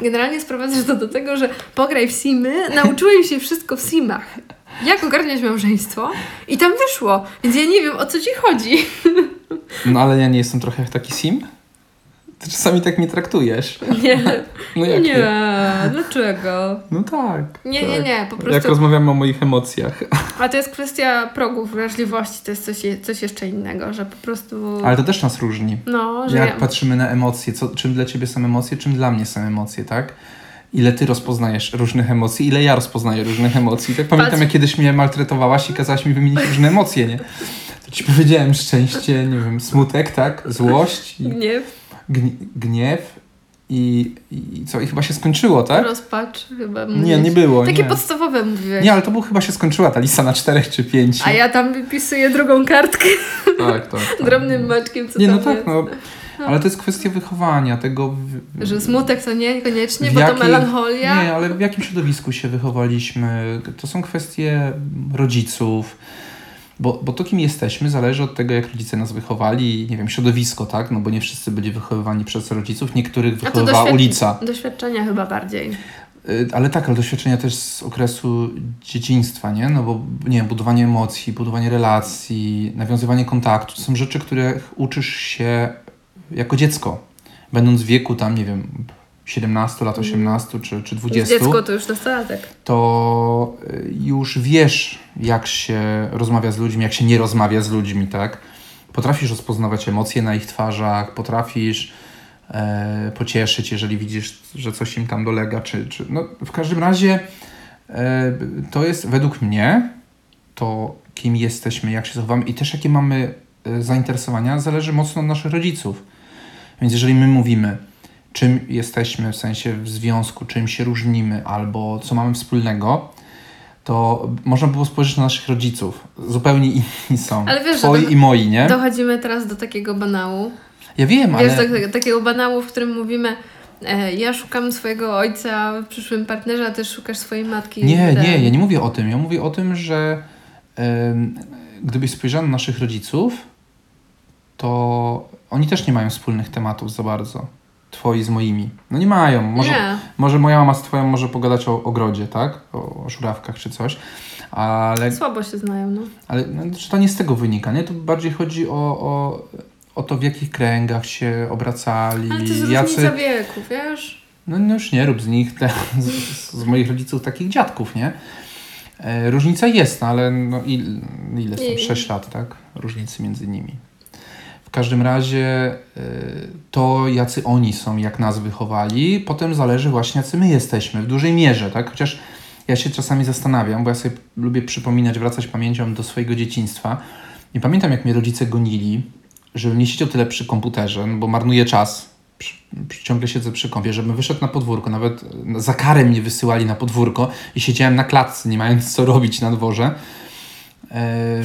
[SPEAKER 2] generalnie sprowadzasz to do tego, że pograj w simy, nauczyłem się wszystko w simach. Jak ogarniać małżeństwo? I tam wyszło, więc ja nie wiem, o co ci chodzi.
[SPEAKER 1] No ale ja nie jestem trochę jak taki Sim? Ty czasami tak mnie traktujesz.
[SPEAKER 2] Nie,
[SPEAKER 1] No jak
[SPEAKER 2] nie, dlaczego?
[SPEAKER 1] No tak.
[SPEAKER 2] Nie,
[SPEAKER 1] tak.
[SPEAKER 2] nie, nie, po
[SPEAKER 1] Jak
[SPEAKER 2] prostu.
[SPEAKER 1] rozmawiamy o moich emocjach.
[SPEAKER 2] A to jest kwestia progów wrażliwości, to jest coś, je- coś jeszcze innego, że po prostu...
[SPEAKER 1] Ale to też nas różni.
[SPEAKER 2] No, że
[SPEAKER 1] Jak
[SPEAKER 2] ja-
[SPEAKER 1] patrzymy na emocje, co, czym dla ciebie są emocje, czym dla mnie są emocje, tak? Ile ty rozpoznajesz różnych emocji, ile ja rozpoznaję różnych emocji. Tak pamiętam,
[SPEAKER 2] Patrz-
[SPEAKER 1] jak kiedyś mnie maltretowałaś i kazałaś mi wymienić różne emocje, nie? To ci powiedziałem szczęście, nie wiem, smutek, tak? Złość, i
[SPEAKER 2] nie
[SPEAKER 1] gni- gniew i, i co? I chyba się skończyło, tak?
[SPEAKER 2] Rozpacz chyba
[SPEAKER 1] Nie,
[SPEAKER 2] mówić.
[SPEAKER 1] nie było.
[SPEAKER 2] Takie
[SPEAKER 1] nie.
[SPEAKER 2] podstawowe mówiłeś.
[SPEAKER 1] Nie, ale to był chyba się skończyła ta lista na czterech czy pięciu.
[SPEAKER 2] A ja tam wypisuję drugą kartkę
[SPEAKER 1] Tak, tak. tak.
[SPEAKER 2] drobnym maczkiem, co
[SPEAKER 1] Nie,
[SPEAKER 2] tam
[SPEAKER 1] no tak,
[SPEAKER 2] jest.
[SPEAKER 1] no. Ale to jest kwestia wychowania, tego... w-
[SPEAKER 2] Że smutek to niekoniecznie,
[SPEAKER 1] W
[SPEAKER 2] bo
[SPEAKER 1] jakiej-
[SPEAKER 2] to melancholia.
[SPEAKER 1] Nie, ale w jakim środowisku się wychowaliśmy? To są kwestie rodziców. Bo, bo to, kim jesteśmy, zależy od tego, jak rodzice nas wychowali, nie wiem, środowisko, tak? No bo nie wszyscy byli wychowywani przez rodziców, niektórych
[SPEAKER 2] A to
[SPEAKER 1] wychowywała
[SPEAKER 2] doświad...
[SPEAKER 1] ulica.
[SPEAKER 2] doświadczenia chyba bardziej.
[SPEAKER 1] Y, Ale tak, ale doświadczenia też z okresu dzieciństwa, nie? No bo, nie wiem, budowanie emocji, budowanie relacji, nawiązywanie kontaktu, to są rzeczy, których uczysz się jako dziecko. Będąc w wieku tam, nie wiem, 17 lat, 18 czy, czy 20
[SPEAKER 2] Dziecko to już dostatek.
[SPEAKER 1] to y, już wiesz, jak się rozmawia z ludźmi, jak się nie rozmawia z ludźmi, tak? Potrafisz rozpoznawać emocje na ich twarzach, potrafisz e, pocieszyć, jeżeli widzisz, że coś im tam dolega, czy, czy no, w każdym razie e, to jest według mnie to, kim jesteśmy, jak się zachowamy i też jakie mamy e, zainteresowania, zależy mocno od naszych rodziców. Więc jeżeli my mówimy, czym jesteśmy, w sensie w związku, czym się różnimy, albo co mamy wspólnego, to można było spojrzeć na naszych rodziców. Zupełnie inni są.
[SPEAKER 2] Ale wiesz, że
[SPEAKER 1] Twoi
[SPEAKER 2] to-
[SPEAKER 1] i moi, nie?
[SPEAKER 2] Dochodzimy teraz do takiego banału.
[SPEAKER 1] Ja wiem, ale...
[SPEAKER 2] Wiesz, tak, takiego banału, w którym mówimy e, ja szukam swojego ojca w przyszłym partnerze, a ty szukasz swojej matki.
[SPEAKER 1] Nie,
[SPEAKER 2] Wydaje-
[SPEAKER 1] nie, ja nie mówię o tym. Ja mówię o tym, że em, gdybyś spojrzał na naszych rodziców, to oni też nie mają wspólnych tematów za bardzo. Twoi z moimi. No nie mają. Może,
[SPEAKER 2] Nie.
[SPEAKER 1] może moja mama z twoją może pogadać o ogrodzie, tak? O, o żurawkach czy coś. Ale,
[SPEAKER 2] Słabo się znają, no.
[SPEAKER 1] ale no, czy to nie z tego wynika, nie? To bardziej chodzi o, o, o to, w jakich kręgach się obracali.
[SPEAKER 2] Ale to jest różnica wieku, wiesz?
[SPEAKER 1] No, no już nie rób z nich, te, z, z moich rodziców takich dziadków, nie? E, różnica jest, no ale no il, ile są?
[SPEAKER 2] Nie.
[SPEAKER 1] 6 lat, tak? Różnicy między nimi. W każdym razie e, to, jacy oni są, jak nas wychowali, potem zależy właśnie, jacy my jesteśmy, w dużej mierze, tak? Chociaż ja się czasami zastanawiam, bo ja sobie lubię przypominać, wracać pamięcią do swojego dzieciństwa. I pamiętam, jak mnie rodzice gonili, żebym nie siedział tyle przy komputerze, no bo marnuję czas. Przy, przy, ciągle siedzę przy kompie, żebym wyszedł na podwórko. Nawet e, no, za karę mnie wysyłali na podwórko i siedziałem na klatce, nie mając co robić na dworze. E,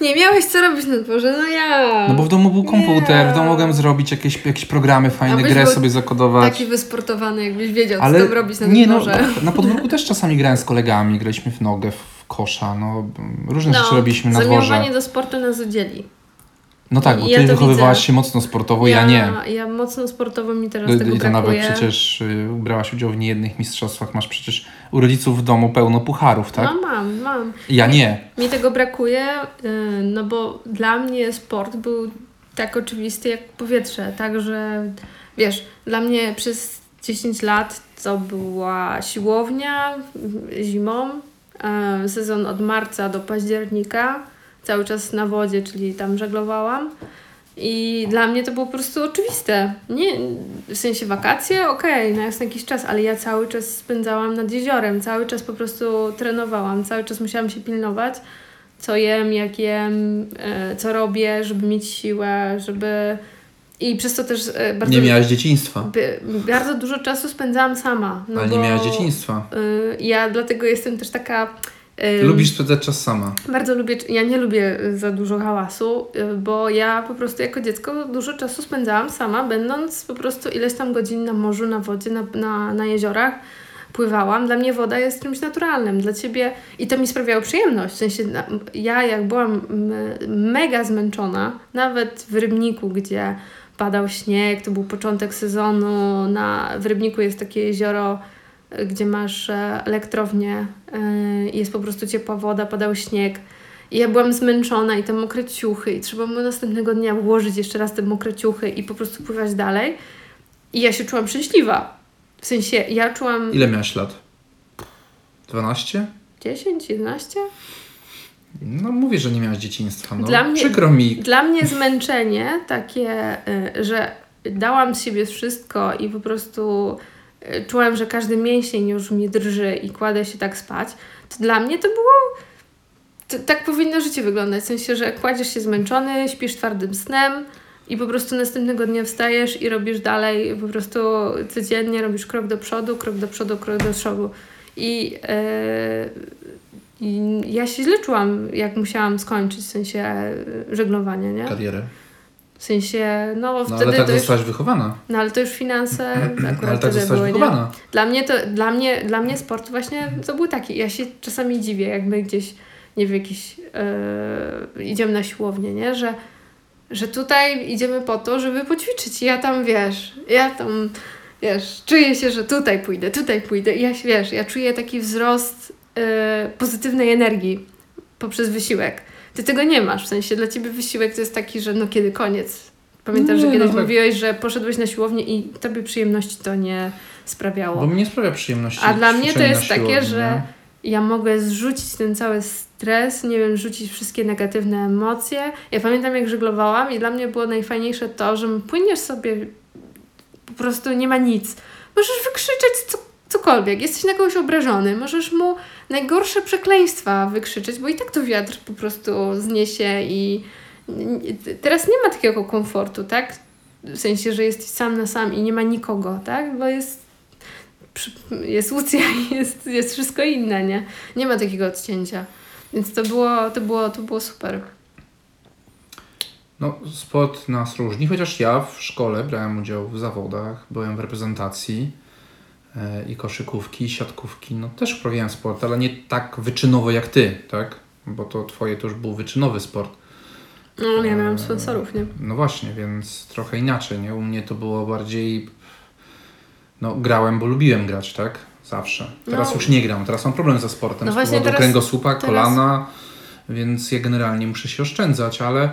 [SPEAKER 2] Nie miałeś co robić na dworze, no ja.
[SPEAKER 1] no bo w domu był komputer,
[SPEAKER 2] Nie.
[SPEAKER 1] w domu mogłem zrobić jakieś, jakieś programy fajne,
[SPEAKER 2] Abyś
[SPEAKER 1] grę
[SPEAKER 2] był
[SPEAKER 1] sobie zakodować.
[SPEAKER 2] Taki wysportowany, jakbyś wiedział,
[SPEAKER 1] Ale
[SPEAKER 2] co tam robić na
[SPEAKER 1] nie,
[SPEAKER 2] tym
[SPEAKER 1] no,
[SPEAKER 2] dworze.
[SPEAKER 1] na podwórku też czasami grałem z kolegami, graliśmy w nogę, w kosza, no różne rzeczy robiliśmy na dworze.
[SPEAKER 2] zamiłowanie do sportu nas oddzieli.
[SPEAKER 1] No tak, bo
[SPEAKER 2] ja
[SPEAKER 1] ty
[SPEAKER 2] to
[SPEAKER 1] wychowywałaś
[SPEAKER 2] widzę.
[SPEAKER 1] się mocno sportowo, ja, nie.
[SPEAKER 2] Ja mocno sportowo mi teraz
[SPEAKER 1] No
[SPEAKER 2] tego
[SPEAKER 1] I to nawet
[SPEAKER 2] brakuje.
[SPEAKER 1] przecież y, brałaś udział w niejednych mistrzostwach, masz przecież u rodziców w domu pełno pucharów, tak?
[SPEAKER 2] No mam, mam.
[SPEAKER 1] Ja nie.
[SPEAKER 2] Mi tego brakuje, y, no bo dla mnie sport był tak oczywisty jak powietrze, także wiesz, dla mnie przez 10 lat to była siłownia y, zimą, y, sezon od marca do października, cały czas na wodzie, czyli tam żeglowałam. I dla mnie to było po prostu oczywiste. Nie, w sensie wakacje, okej, na jasny jakiś czas, ale ja cały czas spędzałam nad jeziorem, cały czas po prostu trenowałam, cały czas musiałam się pilnować, co jem, jak jem, e, co robię, żeby mieć siłę, żeby... I przez to też e, bardzo...
[SPEAKER 1] Nie miałaś dzieciństwa,
[SPEAKER 2] by- Bardzo dużo czasu spędzałam sama. No
[SPEAKER 1] ale
[SPEAKER 2] bo,
[SPEAKER 1] nie miałaś dzieciństwa.
[SPEAKER 2] y, ja dlatego jestem też taka... y,
[SPEAKER 1] Lubisz spędzać czas sama.
[SPEAKER 2] bardzo lubię, ja nie lubię y, za dużo hałasu, y, bo ja po prostu jako dziecko dużo czasu spędzałam sama, będąc po prostu ileś tam godzin na morzu, na wodzie, na, na, na jeziorach. Pływałam, dla mnie woda jest czymś naturalnym, dla ciebie i to mi sprawiało przyjemność. W sensie, na- ja jak byłam m- mega zmęczona, nawet w rybniku, gdzie padał śnieg, to był początek sezonu, na, w rybniku jest takie jezioro gdzie masz e, elektrownię, y, jest po prostu ciepła woda, padał śnieg. I ja byłam zmęczona i te mokre ciuchy i trzeba było następnego dnia włożyć jeszcze raz te mokre ciuchy i po prostu pływać dalej. I ja się czułam szczęśliwa. W sensie, ja czułam
[SPEAKER 1] Ile miałaś lat? 12?
[SPEAKER 2] 10, 11?
[SPEAKER 1] No mówię, że nie miałaś dzieciństwa. No,
[SPEAKER 2] Dla mnie-
[SPEAKER 1] Przykro mi.
[SPEAKER 2] Dla mnie zmęczenie takie, y, że dałam z siebie wszystko i po prostu y, czułam, że każdy mięsień już mi drży i kładę się tak spać, to dla mnie to było. To, tak powinno życie wyglądać. W sensie, że kładziesz się zmęczony, śpisz twardym snem i po prostu następnego dnia wstajesz i robisz dalej, po prostu codziennie robisz krok do przodu, krok do przodu, krok do przodu. I y, i ja się źle czułam, jak musiałam skończyć w sensie e, żeglowania, nie?
[SPEAKER 1] Karierę.
[SPEAKER 2] W sensie, no
[SPEAKER 1] Tak. No
[SPEAKER 2] wtedy
[SPEAKER 1] ale tak
[SPEAKER 2] to już,
[SPEAKER 1] zostałaś wychowana.
[SPEAKER 2] no ale to już finanse
[SPEAKER 1] Ale
[SPEAKER 2] akurat
[SPEAKER 1] tak
[SPEAKER 2] wtedy
[SPEAKER 1] zostałaś
[SPEAKER 2] były, nie?
[SPEAKER 1] wychowana.
[SPEAKER 2] Dla mnie, to, dla, mnie, dla mnie sport właśnie to był taki, ja się czasami dziwię, jak my gdzieś, nie wiem, jakiś, e, idziemy na siłownię, nie? Że, że tutaj idziemy po to, żeby poćwiczyć ja tam, wiesz, ja tam, wiesz, czuję się, że tutaj pójdę, tutaj pójdę i ja, się- wiesz, ja czuję taki wzrost e, pozytywnej energii poprzez wysiłek. Ty tego nie masz, w sensie dla ciebie wysiłek to jest taki, że no kiedy koniec. Pamiętam, że
[SPEAKER 1] Nie, no
[SPEAKER 2] kiedyś
[SPEAKER 1] tak.
[SPEAKER 2] mówiłeś, że poszedłeś na siłownię i tobie przyjemności to nie sprawiało.
[SPEAKER 1] Bo mi nie sprawia przyjemności.
[SPEAKER 2] A dla mnie to
[SPEAKER 1] ćwiczenie na
[SPEAKER 2] jest takie,
[SPEAKER 1] siłowni,
[SPEAKER 2] że
[SPEAKER 1] nie?
[SPEAKER 2] ja mogę zrzucić ten cały stres, nie wiem, rzucić wszystkie negatywne emocje. Ja pamiętam, jak żeglowałam i dla mnie było najfajniejsze to, że płyniesz sobie, po prostu nie ma nic. Możesz wykrzyczeć co, cokolwiek, jesteś na kogoś obrażony, możesz mu najgorsze przekleństwa wykrzyczeć, bo i tak to wiatr po prostu zniesie i teraz nie ma takiego komfortu, tak? W sensie, że jesteś sam na sam i nie ma nikogo, tak? Bo jest przy- jest Lucja i jest, jest wszystko inne, nie? Nie ma takiego odcięcia. Więc to było, to było, to było super.
[SPEAKER 1] No, sport nas różni, chociaż ja w szkole brałem udział w zawodach, byłem w reprezentacji e, i koszykówki, i siatkówki. No, też uprawiałem sport, ale nie tak wyczynowo jak ty, tak? Bo to twoje to już był wyczynowy sport.
[SPEAKER 2] No, ja
[SPEAKER 1] Eee.
[SPEAKER 2] miałam sponsorów, nie?
[SPEAKER 1] No właśnie, więc trochę inaczej, nie? U mnie to było bardziej... No, grałem, bo lubiłem grać, tak? Zawsze. Teraz
[SPEAKER 2] No.
[SPEAKER 1] już nie gram, teraz mam problem ze sportem.
[SPEAKER 2] No
[SPEAKER 1] z
[SPEAKER 2] właśnie
[SPEAKER 1] powodu
[SPEAKER 2] teraz-
[SPEAKER 1] kręgosłupa,
[SPEAKER 2] teraz-
[SPEAKER 1] kolana, więc ja generalnie muszę się oszczędzać, ale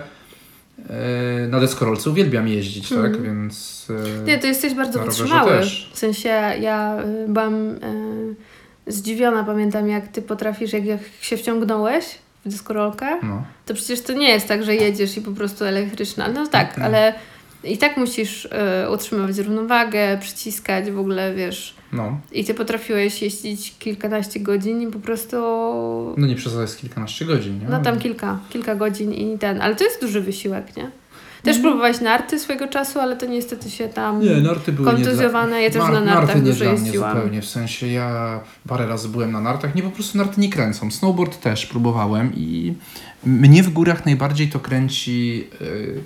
[SPEAKER 1] e, na deskorolce uwielbiam jeździć,
[SPEAKER 2] Mhm.
[SPEAKER 1] tak? Więc... e,
[SPEAKER 2] Nie, to jesteś bardzo
[SPEAKER 1] Na rowerze
[SPEAKER 2] wytrzymały.
[SPEAKER 1] też.
[SPEAKER 2] W sensie ja y, byłam y, zdziwiona, pamiętam jak ty potrafisz, jak, jak się wciągnąłeś w dyskorolkę,
[SPEAKER 1] No.
[SPEAKER 2] to przecież to nie jest tak, że jedziesz i po prostu elektryczna. No tak,
[SPEAKER 1] Mhm.
[SPEAKER 2] ale i tak musisz y, utrzymywać równowagę, przyciskać w ogóle, wiesz.
[SPEAKER 1] No,
[SPEAKER 2] I ty potrafiłeś jeździć kilkanaście godzin i po prostu
[SPEAKER 1] no nie przez to jest kilkanaście godzin, nie?
[SPEAKER 2] No tam kilka, kilka godzin i ten, ale to jest duży wysiłek, nie? Też próbowałeś narty swojego czasu, ale to niestety się
[SPEAKER 1] No.
[SPEAKER 2] tam
[SPEAKER 1] Nie, narty były nie dla...
[SPEAKER 2] kontuzjowane. Ja też
[SPEAKER 1] Nar-
[SPEAKER 2] na
[SPEAKER 1] narty
[SPEAKER 2] nartach
[SPEAKER 1] nie
[SPEAKER 2] dużo
[SPEAKER 1] dla mnie
[SPEAKER 2] jeździłam.
[SPEAKER 1] zupełnie, w sensie ja parę razy byłem na nartach, nie po prostu narty nie kręcą. Snowboard też próbowałem i mnie w górach najbardziej to kręci yy,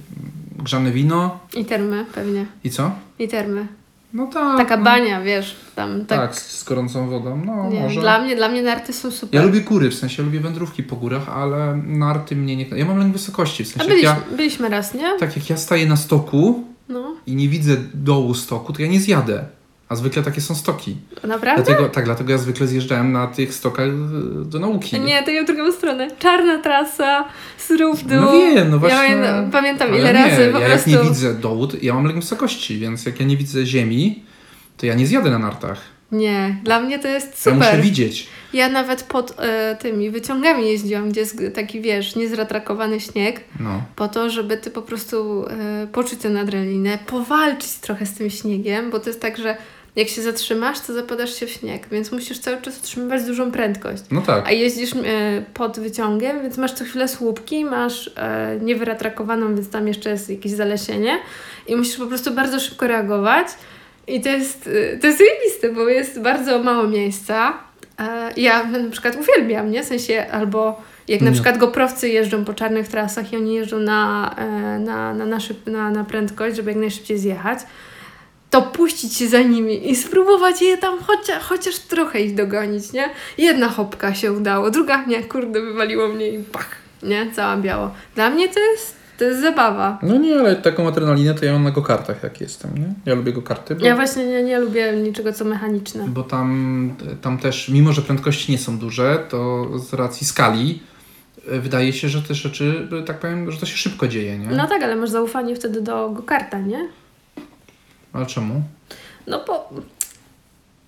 [SPEAKER 1] grzane wino
[SPEAKER 2] I termy pewnie.
[SPEAKER 1] i co?
[SPEAKER 2] I termy.
[SPEAKER 1] No tak.
[SPEAKER 2] Taka
[SPEAKER 1] no,
[SPEAKER 2] bania, wiesz, tam tak.
[SPEAKER 1] Tak, z z gorącą wodą, no
[SPEAKER 2] nie,
[SPEAKER 1] może.
[SPEAKER 2] dla mnie, dla mnie narty są super.
[SPEAKER 1] Ja lubię góry, w sensie lubię wędrówki po górach, ale narty mnie nie... Ja mam lęk wysokości, w
[SPEAKER 2] A
[SPEAKER 1] sensie jak
[SPEAKER 2] byliśmy,
[SPEAKER 1] ja,
[SPEAKER 2] byliśmy raz, nie?
[SPEAKER 1] tak jak ja staję na stoku
[SPEAKER 2] No,
[SPEAKER 1] i nie widzę dołu stoku, to ja nie zjadę. A zwykle takie są stoki.
[SPEAKER 2] naprawdę?
[SPEAKER 1] Dlatego, tak, dlatego ja zwykle zjeżdżałem na tych stokach y, do nauki.
[SPEAKER 2] Nie, to ja w drugą stronę. Czarna trasa, srób w dół.
[SPEAKER 1] No wiem, no właśnie.
[SPEAKER 2] Ja pamiętam, pamiętam ile
[SPEAKER 1] Ale
[SPEAKER 2] razy po
[SPEAKER 1] ja
[SPEAKER 2] prostu...
[SPEAKER 1] jak nie widzę dołu, to ja mam lęk wysokości, więc jak ja nie widzę ziemi, to ja nie zjadę na nartach.
[SPEAKER 2] Nie, dla mnie to jest
[SPEAKER 1] Ja muszę
[SPEAKER 2] super.
[SPEAKER 1] widzieć.
[SPEAKER 2] Ja nawet pod e, tymi wyciągami jeździłam, gdzie jest taki, wiesz, niezratrakowany śnieg,
[SPEAKER 1] No.
[SPEAKER 2] po to, żeby ty po prostu e, poczuć tę adrenalinę, powalczyć trochę z tym śniegiem, bo to jest tak, że jak się zatrzymasz, to zapadasz się w śnieg, więc musisz cały czas utrzymywać dużą prędkość.
[SPEAKER 1] No tak.
[SPEAKER 2] A jeździsz e, pod wyciągiem, więc masz co chwilę słupki, masz e, niewyratrakowaną, więc tam jeszcze jest jakieś zalesienie i musisz po prostu bardzo szybko reagować. I to jest, e, to jest zajebiste, bo jest bardzo mało miejsca. E, ja na przykład uwielbiam, nie? W sensie albo jak na
[SPEAKER 1] Nie.
[SPEAKER 2] przykład goprowcy jeżdżą po czarnych trasach i oni jeżdżą na, e, na, na, na, szyb, na, na prędkość, żeby jak najszybciej zjechać to puścić się za nimi i spróbować je tam chociaż, chociaż trochę ich dogonić, nie? Jedna hopka się udało, druga nie, kurde, wywaliło mnie i pach, nie? Cała biało. Dla mnie to jest, to jest zabawa.
[SPEAKER 1] No nie, ale taką adrenalinę to ja mam na gokartach, jak jestem, nie? Ja lubię gokarty, bo,
[SPEAKER 2] Ja właśnie nie, nie lubię niczego, co mechaniczne.
[SPEAKER 1] bo tam, tam też, mimo że prędkości nie są duże, to z racji skali y, wydaje się, że te rzeczy, y, tak powiem, że to się szybko dzieje, nie?
[SPEAKER 2] No tak, ale masz zaufanie wtedy do go-karta, nie?
[SPEAKER 1] Ale czemu?
[SPEAKER 2] No bo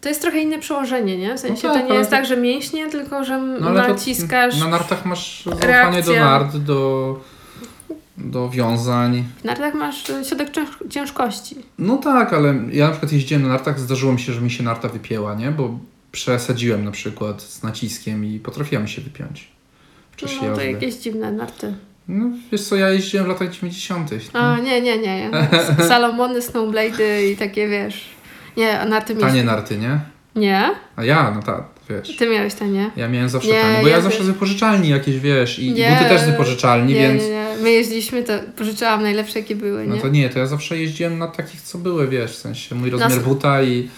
[SPEAKER 2] to jest trochę inne przełożenie, nie? W sensie
[SPEAKER 1] tak,
[SPEAKER 2] to nie
[SPEAKER 1] ale
[SPEAKER 2] jest
[SPEAKER 1] to-
[SPEAKER 2] tak, że mięśnie, tylko że
[SPEAKER 1] No, ale to
[SPEAKER 2] naciskasz.
[SPEAKER 1] Na nartach masz zaufanie do
[SPEAKER 2] reakcja.
[SPEAKER 1] nart, do, do wiązań.
[SPEAKER 2] W nartach masz y, środek cięż- ciężkości.
[SPEAKER 1] No tak, ale ja na przykład jeździłem na nartach, zdarzyło mi się, że mi się narta wypięła, nie? Bo przesadziłem na przykład z naciskiem i potrafiłem się wypiąć w czasie
[SPEAKER 2] No to
[SPEAKER 1] jazdy.
[SPEAKER 2] jakieś dziwne narty.
[SPEAKER 1] No wiesz co, ja jeździłem w latach No, 90.
[SPEAKER 2] A, nie, nie, nie. Salomony, Snowblade i takie, wiesz. Nie, na tym
[SPEAKER 1] Tanie
[SPEAKER 2] jest.
[SPEAKER 1] narty, nie?
[SPEAKER 2] Nie?
[SPEAKER 1] A ja, no tak, wiesz.
[SPEAKER 2] Ty miałeś te nie.
[SPEAKER 1] Ja miałem zawsze
[SPEAKER 2] Nie,
[SPEAKER 1] tanie, bo ja,
[SPEAKER 2] ja
[SPEAKER 1] zawsze
[SPEAKER 2] też-
[SPEAKER 1] z wypożyczalni jakieś, wiesz, i,
[SPEAKER 2] Nie,
[SPEAKER 1] i buty też z wypożyczalni,
[SPEAKER 2] nie,
[SPEAKER 1] więc...
[SPEAKER 2] nie, nie. My jeździliśmy, to pożyczałam najlepsze, jakie były,
[SPEAKER 1] No
[SPEAKER 2] nie?
[SPEAKER 1] to nie, to ja zawsze jeździłem na takich, co były, wiesz, w sensie mój rozmiar
[SPEAKER 2] Nas-
[SPEAKER 1] buta i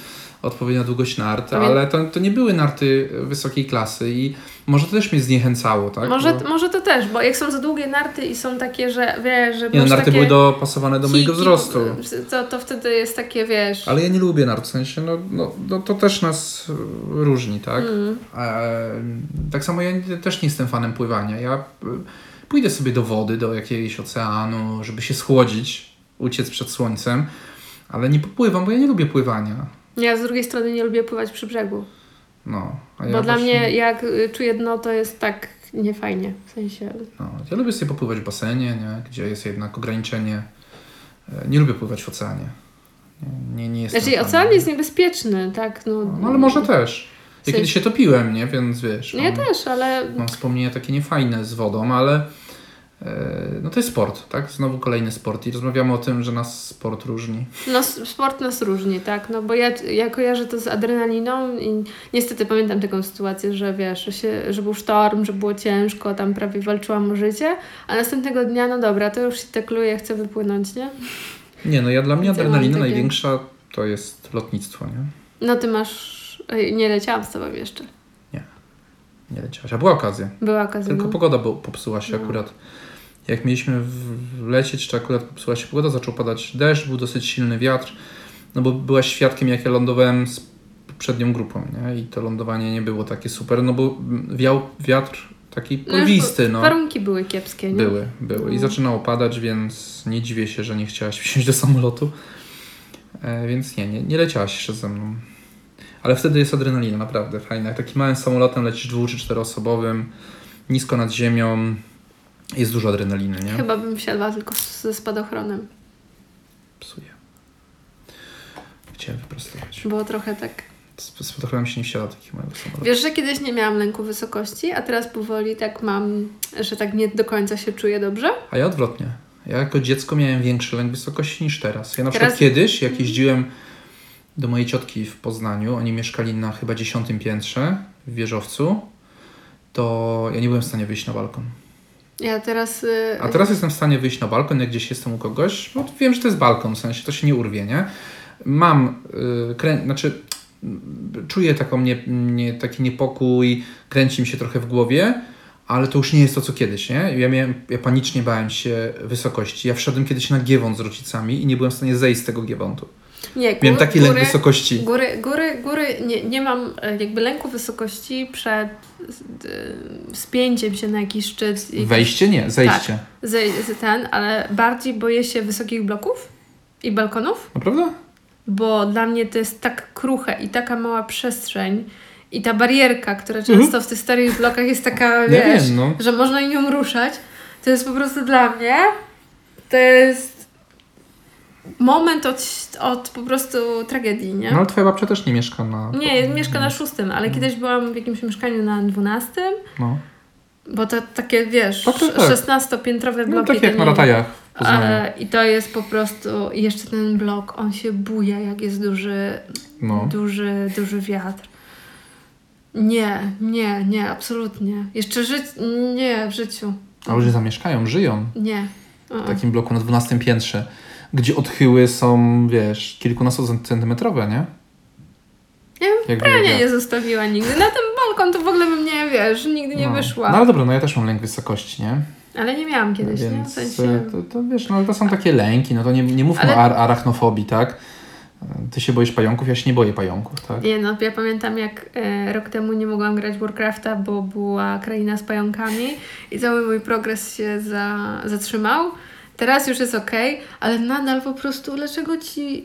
[SPEAKER 1] odpowiednia długość nart,
[SPEAKER 2] Pamię-
[SPEAKER 1] ale to, to nie były narty wysokiej klasy i może to też mnie zniechęcało, tak?
[SPEAKER 2] może,
[SPEAKER 1] Bo...
[SPEAKER 2] może to też, bo jak są za długie narty i są takie, że wiesz,
[SPEAKER 1] Nie,
[SPEAKER 2] że
[SPEAKER 1] no,
[SPEAKER 2] masz
[SPEAKER 1] narty
[SPEAKER 2] takie
[SPEAKER 1] były dopasowane do mojego
[SPEAKER 2] hiki,
[SPEAKER 1] wzrostu.
[SPEAKER 2] To, to wtedy jest takie, wiesz...
[SPEAKER 1] Ale ja nie lubię nart, w sensie, no, no, no to też nas e, różni, tak?
[SPEAKER 2] Mm.
[SPEAKER 1] Em, tak samo ja nie- też nie jestem fanem pływania. Ja e, pójdę sobie do wody, do jakiegoś oceanu, żeby się schłodzić, uciec przed słońcem, ale nie popływam, bo ja nie lubię pływania.
[SPEAKER 2] Ja z drugiej strony nie lubię pływać przy brzegu,
[SPEAKER 1] No, a
[SPEAKER 2] bo dla mnie jak y, czuję dno, to jest tak niefajnie, w sensie...
[SPEAKER 1] No, ja lubię sobie popływać w basenie, nie? gdzie jest jednak ograniczenie. E, Nie lubię pływać w oceanie. Nie, nie, nie jestem.
[SPEAKER 2] Znaczy
[SPEAKER 1] fanem.
[SPEAKER 2] ocean jest niebezpieczny, tak? No,
[SPEAKER 1] No ale może też. Ja
[SPEAKER 2] Sensie-
[SPEAKER 1] kiedyś się topiłem, nie? Więc wiesz.
[SPEAKER 2] No, Ja
[SPEAKER 1] mam,
[SPEAKER 2] też, ale
[SPEAKER 1] mam wspomnienia takie niefajne z wodą, ale. e, No to jest sport, tak? Znowu kolejny sport i rozmawiamy o tym, że nas sport różni.
[SPEAKER 2] No, s- sport nas różni, tak? No bo ja, ja kojarzę to z adrenaliną i niestety pamiętam taką sytuację, że wiesz, że, się, że był sztorm, że było ciężko, tam prawie walczyłam o życie, a następnego dnia, no dobra, to już się tekluje, chcę wypłynąć, nie?
[SPEAKER 1] Nie, no ja dla mnie
[SPEAKER 2] Widzę, mam
[SPEAKER 1] adrenalina
[SPEAKER 2] takie-
[SPEAKER 1] największa to jest lotnictwo, nie?
[SPEAKER 2] No ty masz... Ej, Nie leciałam z tobą jeszcze.
[SPEAKER 1] Nie leciałaś, a była okazja.
[SPEAKER 2] Była okazja.
[SPEAKER 1] Tylko
[SPEAKER 2] no.
[SPEAKER 1] pogoda bo popsuła się
[SPEAKER 2] No.
[SPEAKER 1] akurat. Jak mieliśmy w- lecieć, czy akurat popsuła się pogoda, zaczął padać deszcz, był dosyć silny wiatr. No bo byłaś świadkiem, jak ja lądowałem z poprzednią grupą, nie? I to lądowanie nie było takie super, no bo wiał wiatr taki
[SPEAKER 2] No już
[SPEAKER 1] porwisty, no.
[SPEAKER 2] Warunki były kiepskie, nie?
[SPEAKER 1] Były, były. I
[SPEAKER 2] No.
[SPEAKER 1] zaczynało padać, więc nie dziwię się, że nie chciałaś wsiąść do samolotu. E, więc nie, nie, nie leciałaś jeszcze ze mną. Ale wtedy jest adrenalina, naprawdę fajna. Jak Takim małym samolotem lecisz dwu czy czteroosobowym, nisko nad ziemią, jest dużo adrenaliny, nie?
[SPEAKER 2] Chyba bym wsiadła tylko z- ze spadochronem.
[SPEAKER 1] Psuje. Chciałem wyprostować.
[SPEAKER 2] Było trochę tak...
[SPEAKER 1] Z z fotochronem się nie wsiada takich małych samolotów.
[SPEAKER 2] Wiesz, że kiedyś nie miałam lęku wysokości, a teraz powoli tak mam, że tak nie do końca się czuję dobrze.
[SPEAKER 1] A ja odwrotnie. Ja jako dziecko miałem większy lęk wysokości niż teraz. Ja na
[SPEAKER 2] Teraz-
[SPEAKER 1] przykład kiedyś, jak jeździłem do mojej ciotki w Poznaniu, oni mieszkali na chyba dziesiątym piętrze w wieżowcu, to ja nie byłem w stanie wyjść na balkon.
[SPEAKER 2] Ja teraz... y,
[SPEAKER 1] A teraz jestem w stanie wyjść na balkon, jak gdzieś jestem u kogoś, bo wiem, że to jest balkon, w sensie to się nie urwie, nie? Mam, y, krę... znaczy mm, czuję taką nie, nie, taki niepokój, kręci mi się trochę w głowie, ale to już nie jest to, co kiedyś, nie? Ja, miałem, ja panicznie bałem się wysokości. Ja wszedłem kiedyś na giewont z rodzicami i nie byłem w stanie zejść z tego giewontu.
[SPEAKER 2] Nie, gór,
[SPEAKER 1] Miałem taki
[SPEAKER 2] góry,
[SPEAKER 1] lęk wysokości.
[SPEAKER 2] Góry, góry, góry nie, nie mam e, jakby lęku wysokości przed e, spięciem się na jakiś szczyt. i-
[SPEAKER 1] Wejście? Nie, zejście.
[SPEAKER 2] Tak.
[SPEAKER 1] No,
[SPEAKER 2] ze- ze ten, ale bardziej boję się wysokich bloków i balkonów.
[SPEAKER 1] Naprawdę?
[SPEAKER 2] bo dla mnie to jest tak kruche i taka mała przestrzeń i ta barierka, która często w tych starych blokach jest taka,
[SPEAKER 1] Mhm. Ja
[SPEAKER 2] wiesz,
[SPEAKER 1] wiem, no.
[SPEAKER 2] że można nią ruszać, to jest po prostu dla mnie, to jest moment od, od po prostu tragedii, nie?
[SPEAKER 1] No ale twoja babcia też nie mieszka na...
[SPEAKER 2] Nie, mieszka na szóstym, ale kiedyś byłam w jakimś mieszkaniu na dwunastym,
[SPEAKER 1] No,
[SPEAKER 2] bo to takie, wiesz,
[SPEAKER 1] Tak, tak, tak.
[SPEAKER 2] 16-piętrowe bloki.
[SPEAKER 1] no tak
[SPEAKER 2] to
[SPEAKER 1] jak na
[SPEAKER 2] nie- e,
[SPEAKER 1] ratajach w Poznaniu.
[SPEAKER 2] ale, I to jest po prostu, i jeszcze ten blok, on się buja, jak jest duży,
[SPEAKER 1] No.
[SPEAKER 2] duży, duży wiatr. Nie, nie, nie, absolutnie. Jeszcze żyć, nie, w życiu,
[SPEAKER 1] A ludzie zamieszkają, żyją
[SPEAKER 2] nie.
[SPEAKER 1] w
[SPEAKER 2] Uh-uh.
[SPEAKER 1] takim bloku na 12 piętrze, gdzie odchyły są, wiesz, kilkunastocentymetrowe, nie?
[SPEAKER 2] Ja bym
[SPEAKER 1] Jak
[SPEAKER 2] prania
[SPEAKER 1] wygląda?
[SPEAKER 2] nie zostawiła nigdy. Na ten balkon to w ogóle bym nie, wiesz, nigdy nie
[SPEAKER 1] no.
[SPEAKER 2] wyszła.
[SPEAKER 1] No ale dobra, no ja też mam lęk wysokości, nie?
[SPEAKER 2] Ale nie miałam kiedyś, nie? W
[SPEAKER 1] Więc
[SPEAKER 2] sensie...
[SPEAKER 1] e, to, to wiesz, no ale to są takie lęki, no to nie, nie mówmy o
[SPEAKER 2] Ale-
[SPEAKER 1] ar- arachnofobii, tak? E, Ty się boisz pająków, ja się nie boję pająków, tak?
[SPEAKER 2] Nie no, ja pamiętam jak e, rok temu nie mogłam grać w Warcrafta, bo była kraina z pająkami i cały mój progres się za, zatrzymał. Teraz już jest okej, ale nadal po prostu dlaczego ci,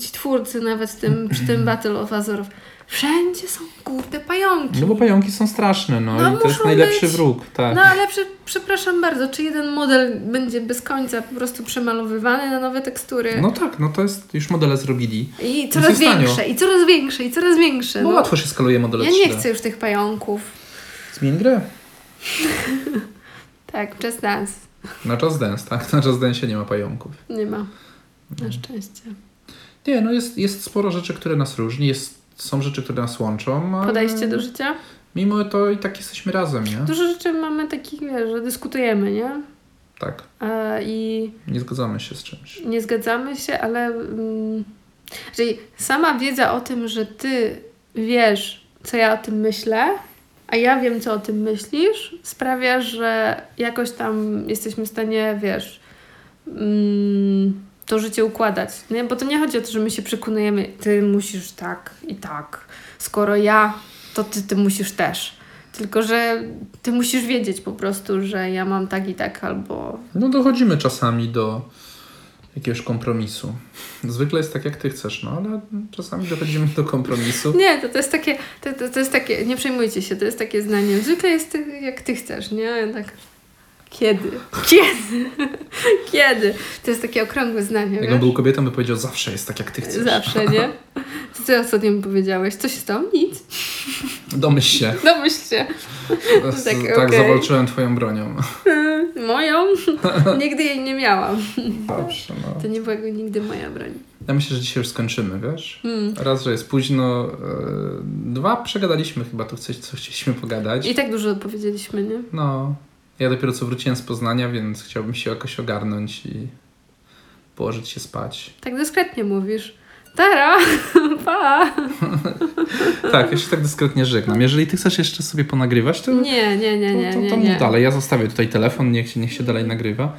[SPEAKER 2] ci twórcy nawet w tym, przy tym Battle of Azorów wszędzie są kurde pająki.
[SPEAKER 1] No bo pająki są straszne, no,
[SPEAKER 2] No,
[SPEAKER 1] i to jest
[SPEAKER 2] muszą
[SPEAKER 1] najlepszy
[SPEAKER 2] być.
[SPEAKER 1] wróg, tak.
[SPEAKER 2] No ale prze, przepraszam bardzo, czy jeden model będzie bez końca po prostu przemalowywany na nowe tekstury?
[SPEAKER 1] No tak, no to jest, już modele zrobili.
[SPEAKER 2] I coraz
[SPEAKER 1] jest tanio.
[SPEAKER 2] większe, i coraz większe, i coraz większe.
[SPEAKER 1] No,
[SPEAKER 2] No.
[SPEAKER 1] łatwo się skaluje modele
[SPEAKER 2] Ja nie
[SPEAKER 1] 3D.
[SPEAKER 2] chcę już tych pająków.
[SPEAKER 1] Zmień grę.
[SPEAKER 2] Tak, przez nas.
[SPEAKER 1] Na Just Dance, tak? Na Just Dance nie ma pająków.
[SPEAKER 2] Nie ma. Na szczęście.
[SPEAKER 1] Nie, no jest, jest sporo rzeczy, które nas różni, jest, są rzeczy, które nas łączą, ale
[SPEAKER 2] Podejście do życia.
[SPEAKER 1] mimo to i tak jesteśmy razem, nie?
[SPEAKER 2] Dużo rzeczy mamy takich, wiesz, że dyskutujemy, nie?
[SPEAKER 1] Tak,
[SPEAKER 2] E, I
[SPEAKER 1] nie zgadzamy się z czymś.
[SPEAKER 2] nie zgadzamy się, ale mm, czyli sama wiedza o tym, że ty wiesz, co ja o tym myślę, a ja wiem, co o tym myślisz, sprawia, że jakoś tam jesteśmy w stanie, wiesz, mm, to życie układać. Nie? Bo to nie chodzi o to, że my się przekonujemy, ty musisz tak i tak. Skoro ja, to ty, ty musisz też. Tylko, że ty musisz wiedzieć po prostu, że ja mam tak i tak, albo
[SPEAKER 1] No dochodzimy czasami do jakiegoś kompromisu. Zwykle jest tak, jak ty chcesz, no ale czasami dochodzimy do kompromisu.
[SPEAKER 2] Nie, to, to jest takie, to, to, to jest takie, nie przejmujcie się, to jest takie zdanie. Zwykle jest ty, jak ty chcesz, nie? Ja Tak. Kiedy? Kiedy? Kiedy? To jest takie okrągłe zdanie.
[SPEAKER 1] Jak on
[SPEAKER 2] Wiesz?
[SPEAKER 1] był kobietą, by powiedział, zawsze jest tak, jak ty chcesz.
[SPEAKER 2] Zawsze, nie? Co ty ostatnio mi powiedziałeś? Co się stało? Nic.
[SPEAKER 1] Domyśl się.
[SPEAKER 2] Domyśl się.
[SPEAKER 1] Tak, tak
[SPEAKER 2] okej.
[SPEAKER 1] zawalczyłem twoją bronią.
[SPEAKER 2] Hmm, Moją? Nigdy jej nie miałam.
[SPEAKER 1] Dobrze, no.
[SPEAKER 2] To nie była nigdy moja broń.
[SPEAKER 1] Ja myślę, że dzisiaj już skończymy, wiesz?
[SPEAKER 2] Mm.
[SPEAKER 1] Raz, że jest późno. e, Dwa, przegadaliśmy chyba to, coś, co chcieliśmy pogadać.
[SPEAKER 2] I tak dużo powiedzieliśmy, nie?
[SPEAKER 1] No, ja dopiero co wróciłem z Poznania, więc chciałbym się jakoś ogarnąć i położyć się spać.
[SPEAKER 2] Tak dyskretnie mówisz. Tara! Pa!
[SPEAKER 1] Tak, ja się tak dyskretnie żegnam. Jeżeli ty chcesz jeszcze sobie ponagrywać, to,
[SPEAKER 2] Nie, nie, nie, nie,
[SPEAKER 1] to, to,
[SPEAKER 2] nie,
[SPEAKER 1] to
[SPEAKER 2] nie.
[SPEAKER 1] mów dalej. Ja zostawię tutaj telefon, niech się, niech się dalej nagrywa.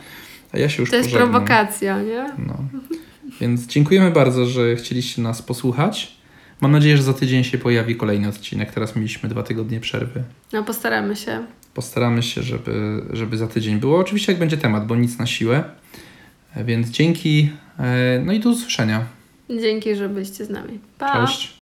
[SPEAKER 1] A ja się już
[SPEAKER 2] To jest
[SPEAKER 1] pożegnam.
[SPEAKER 2] prowokacja, nie?
[SPEAKER 1] No. Więc dziękujemy bardzo, że chcieliście nas posłuchać. Mam nadzieję, że za tydzień się pojawi kolejny odcinek. Teraz mieliśmy dwa tygodnie przerwy.
[SPEAKER 2] No postaramy się.
[SPEAKER 1] Postaramy się, żeby, żeby za tydzień było. Oczywiście jak będzie temat, bo nic na siłę. Więc dzięki. e, No i do usłyszenia.
[SPEAKER 2] Dzięki, że byliście z nami. Pa!
[SPEAKER 1] Cześć.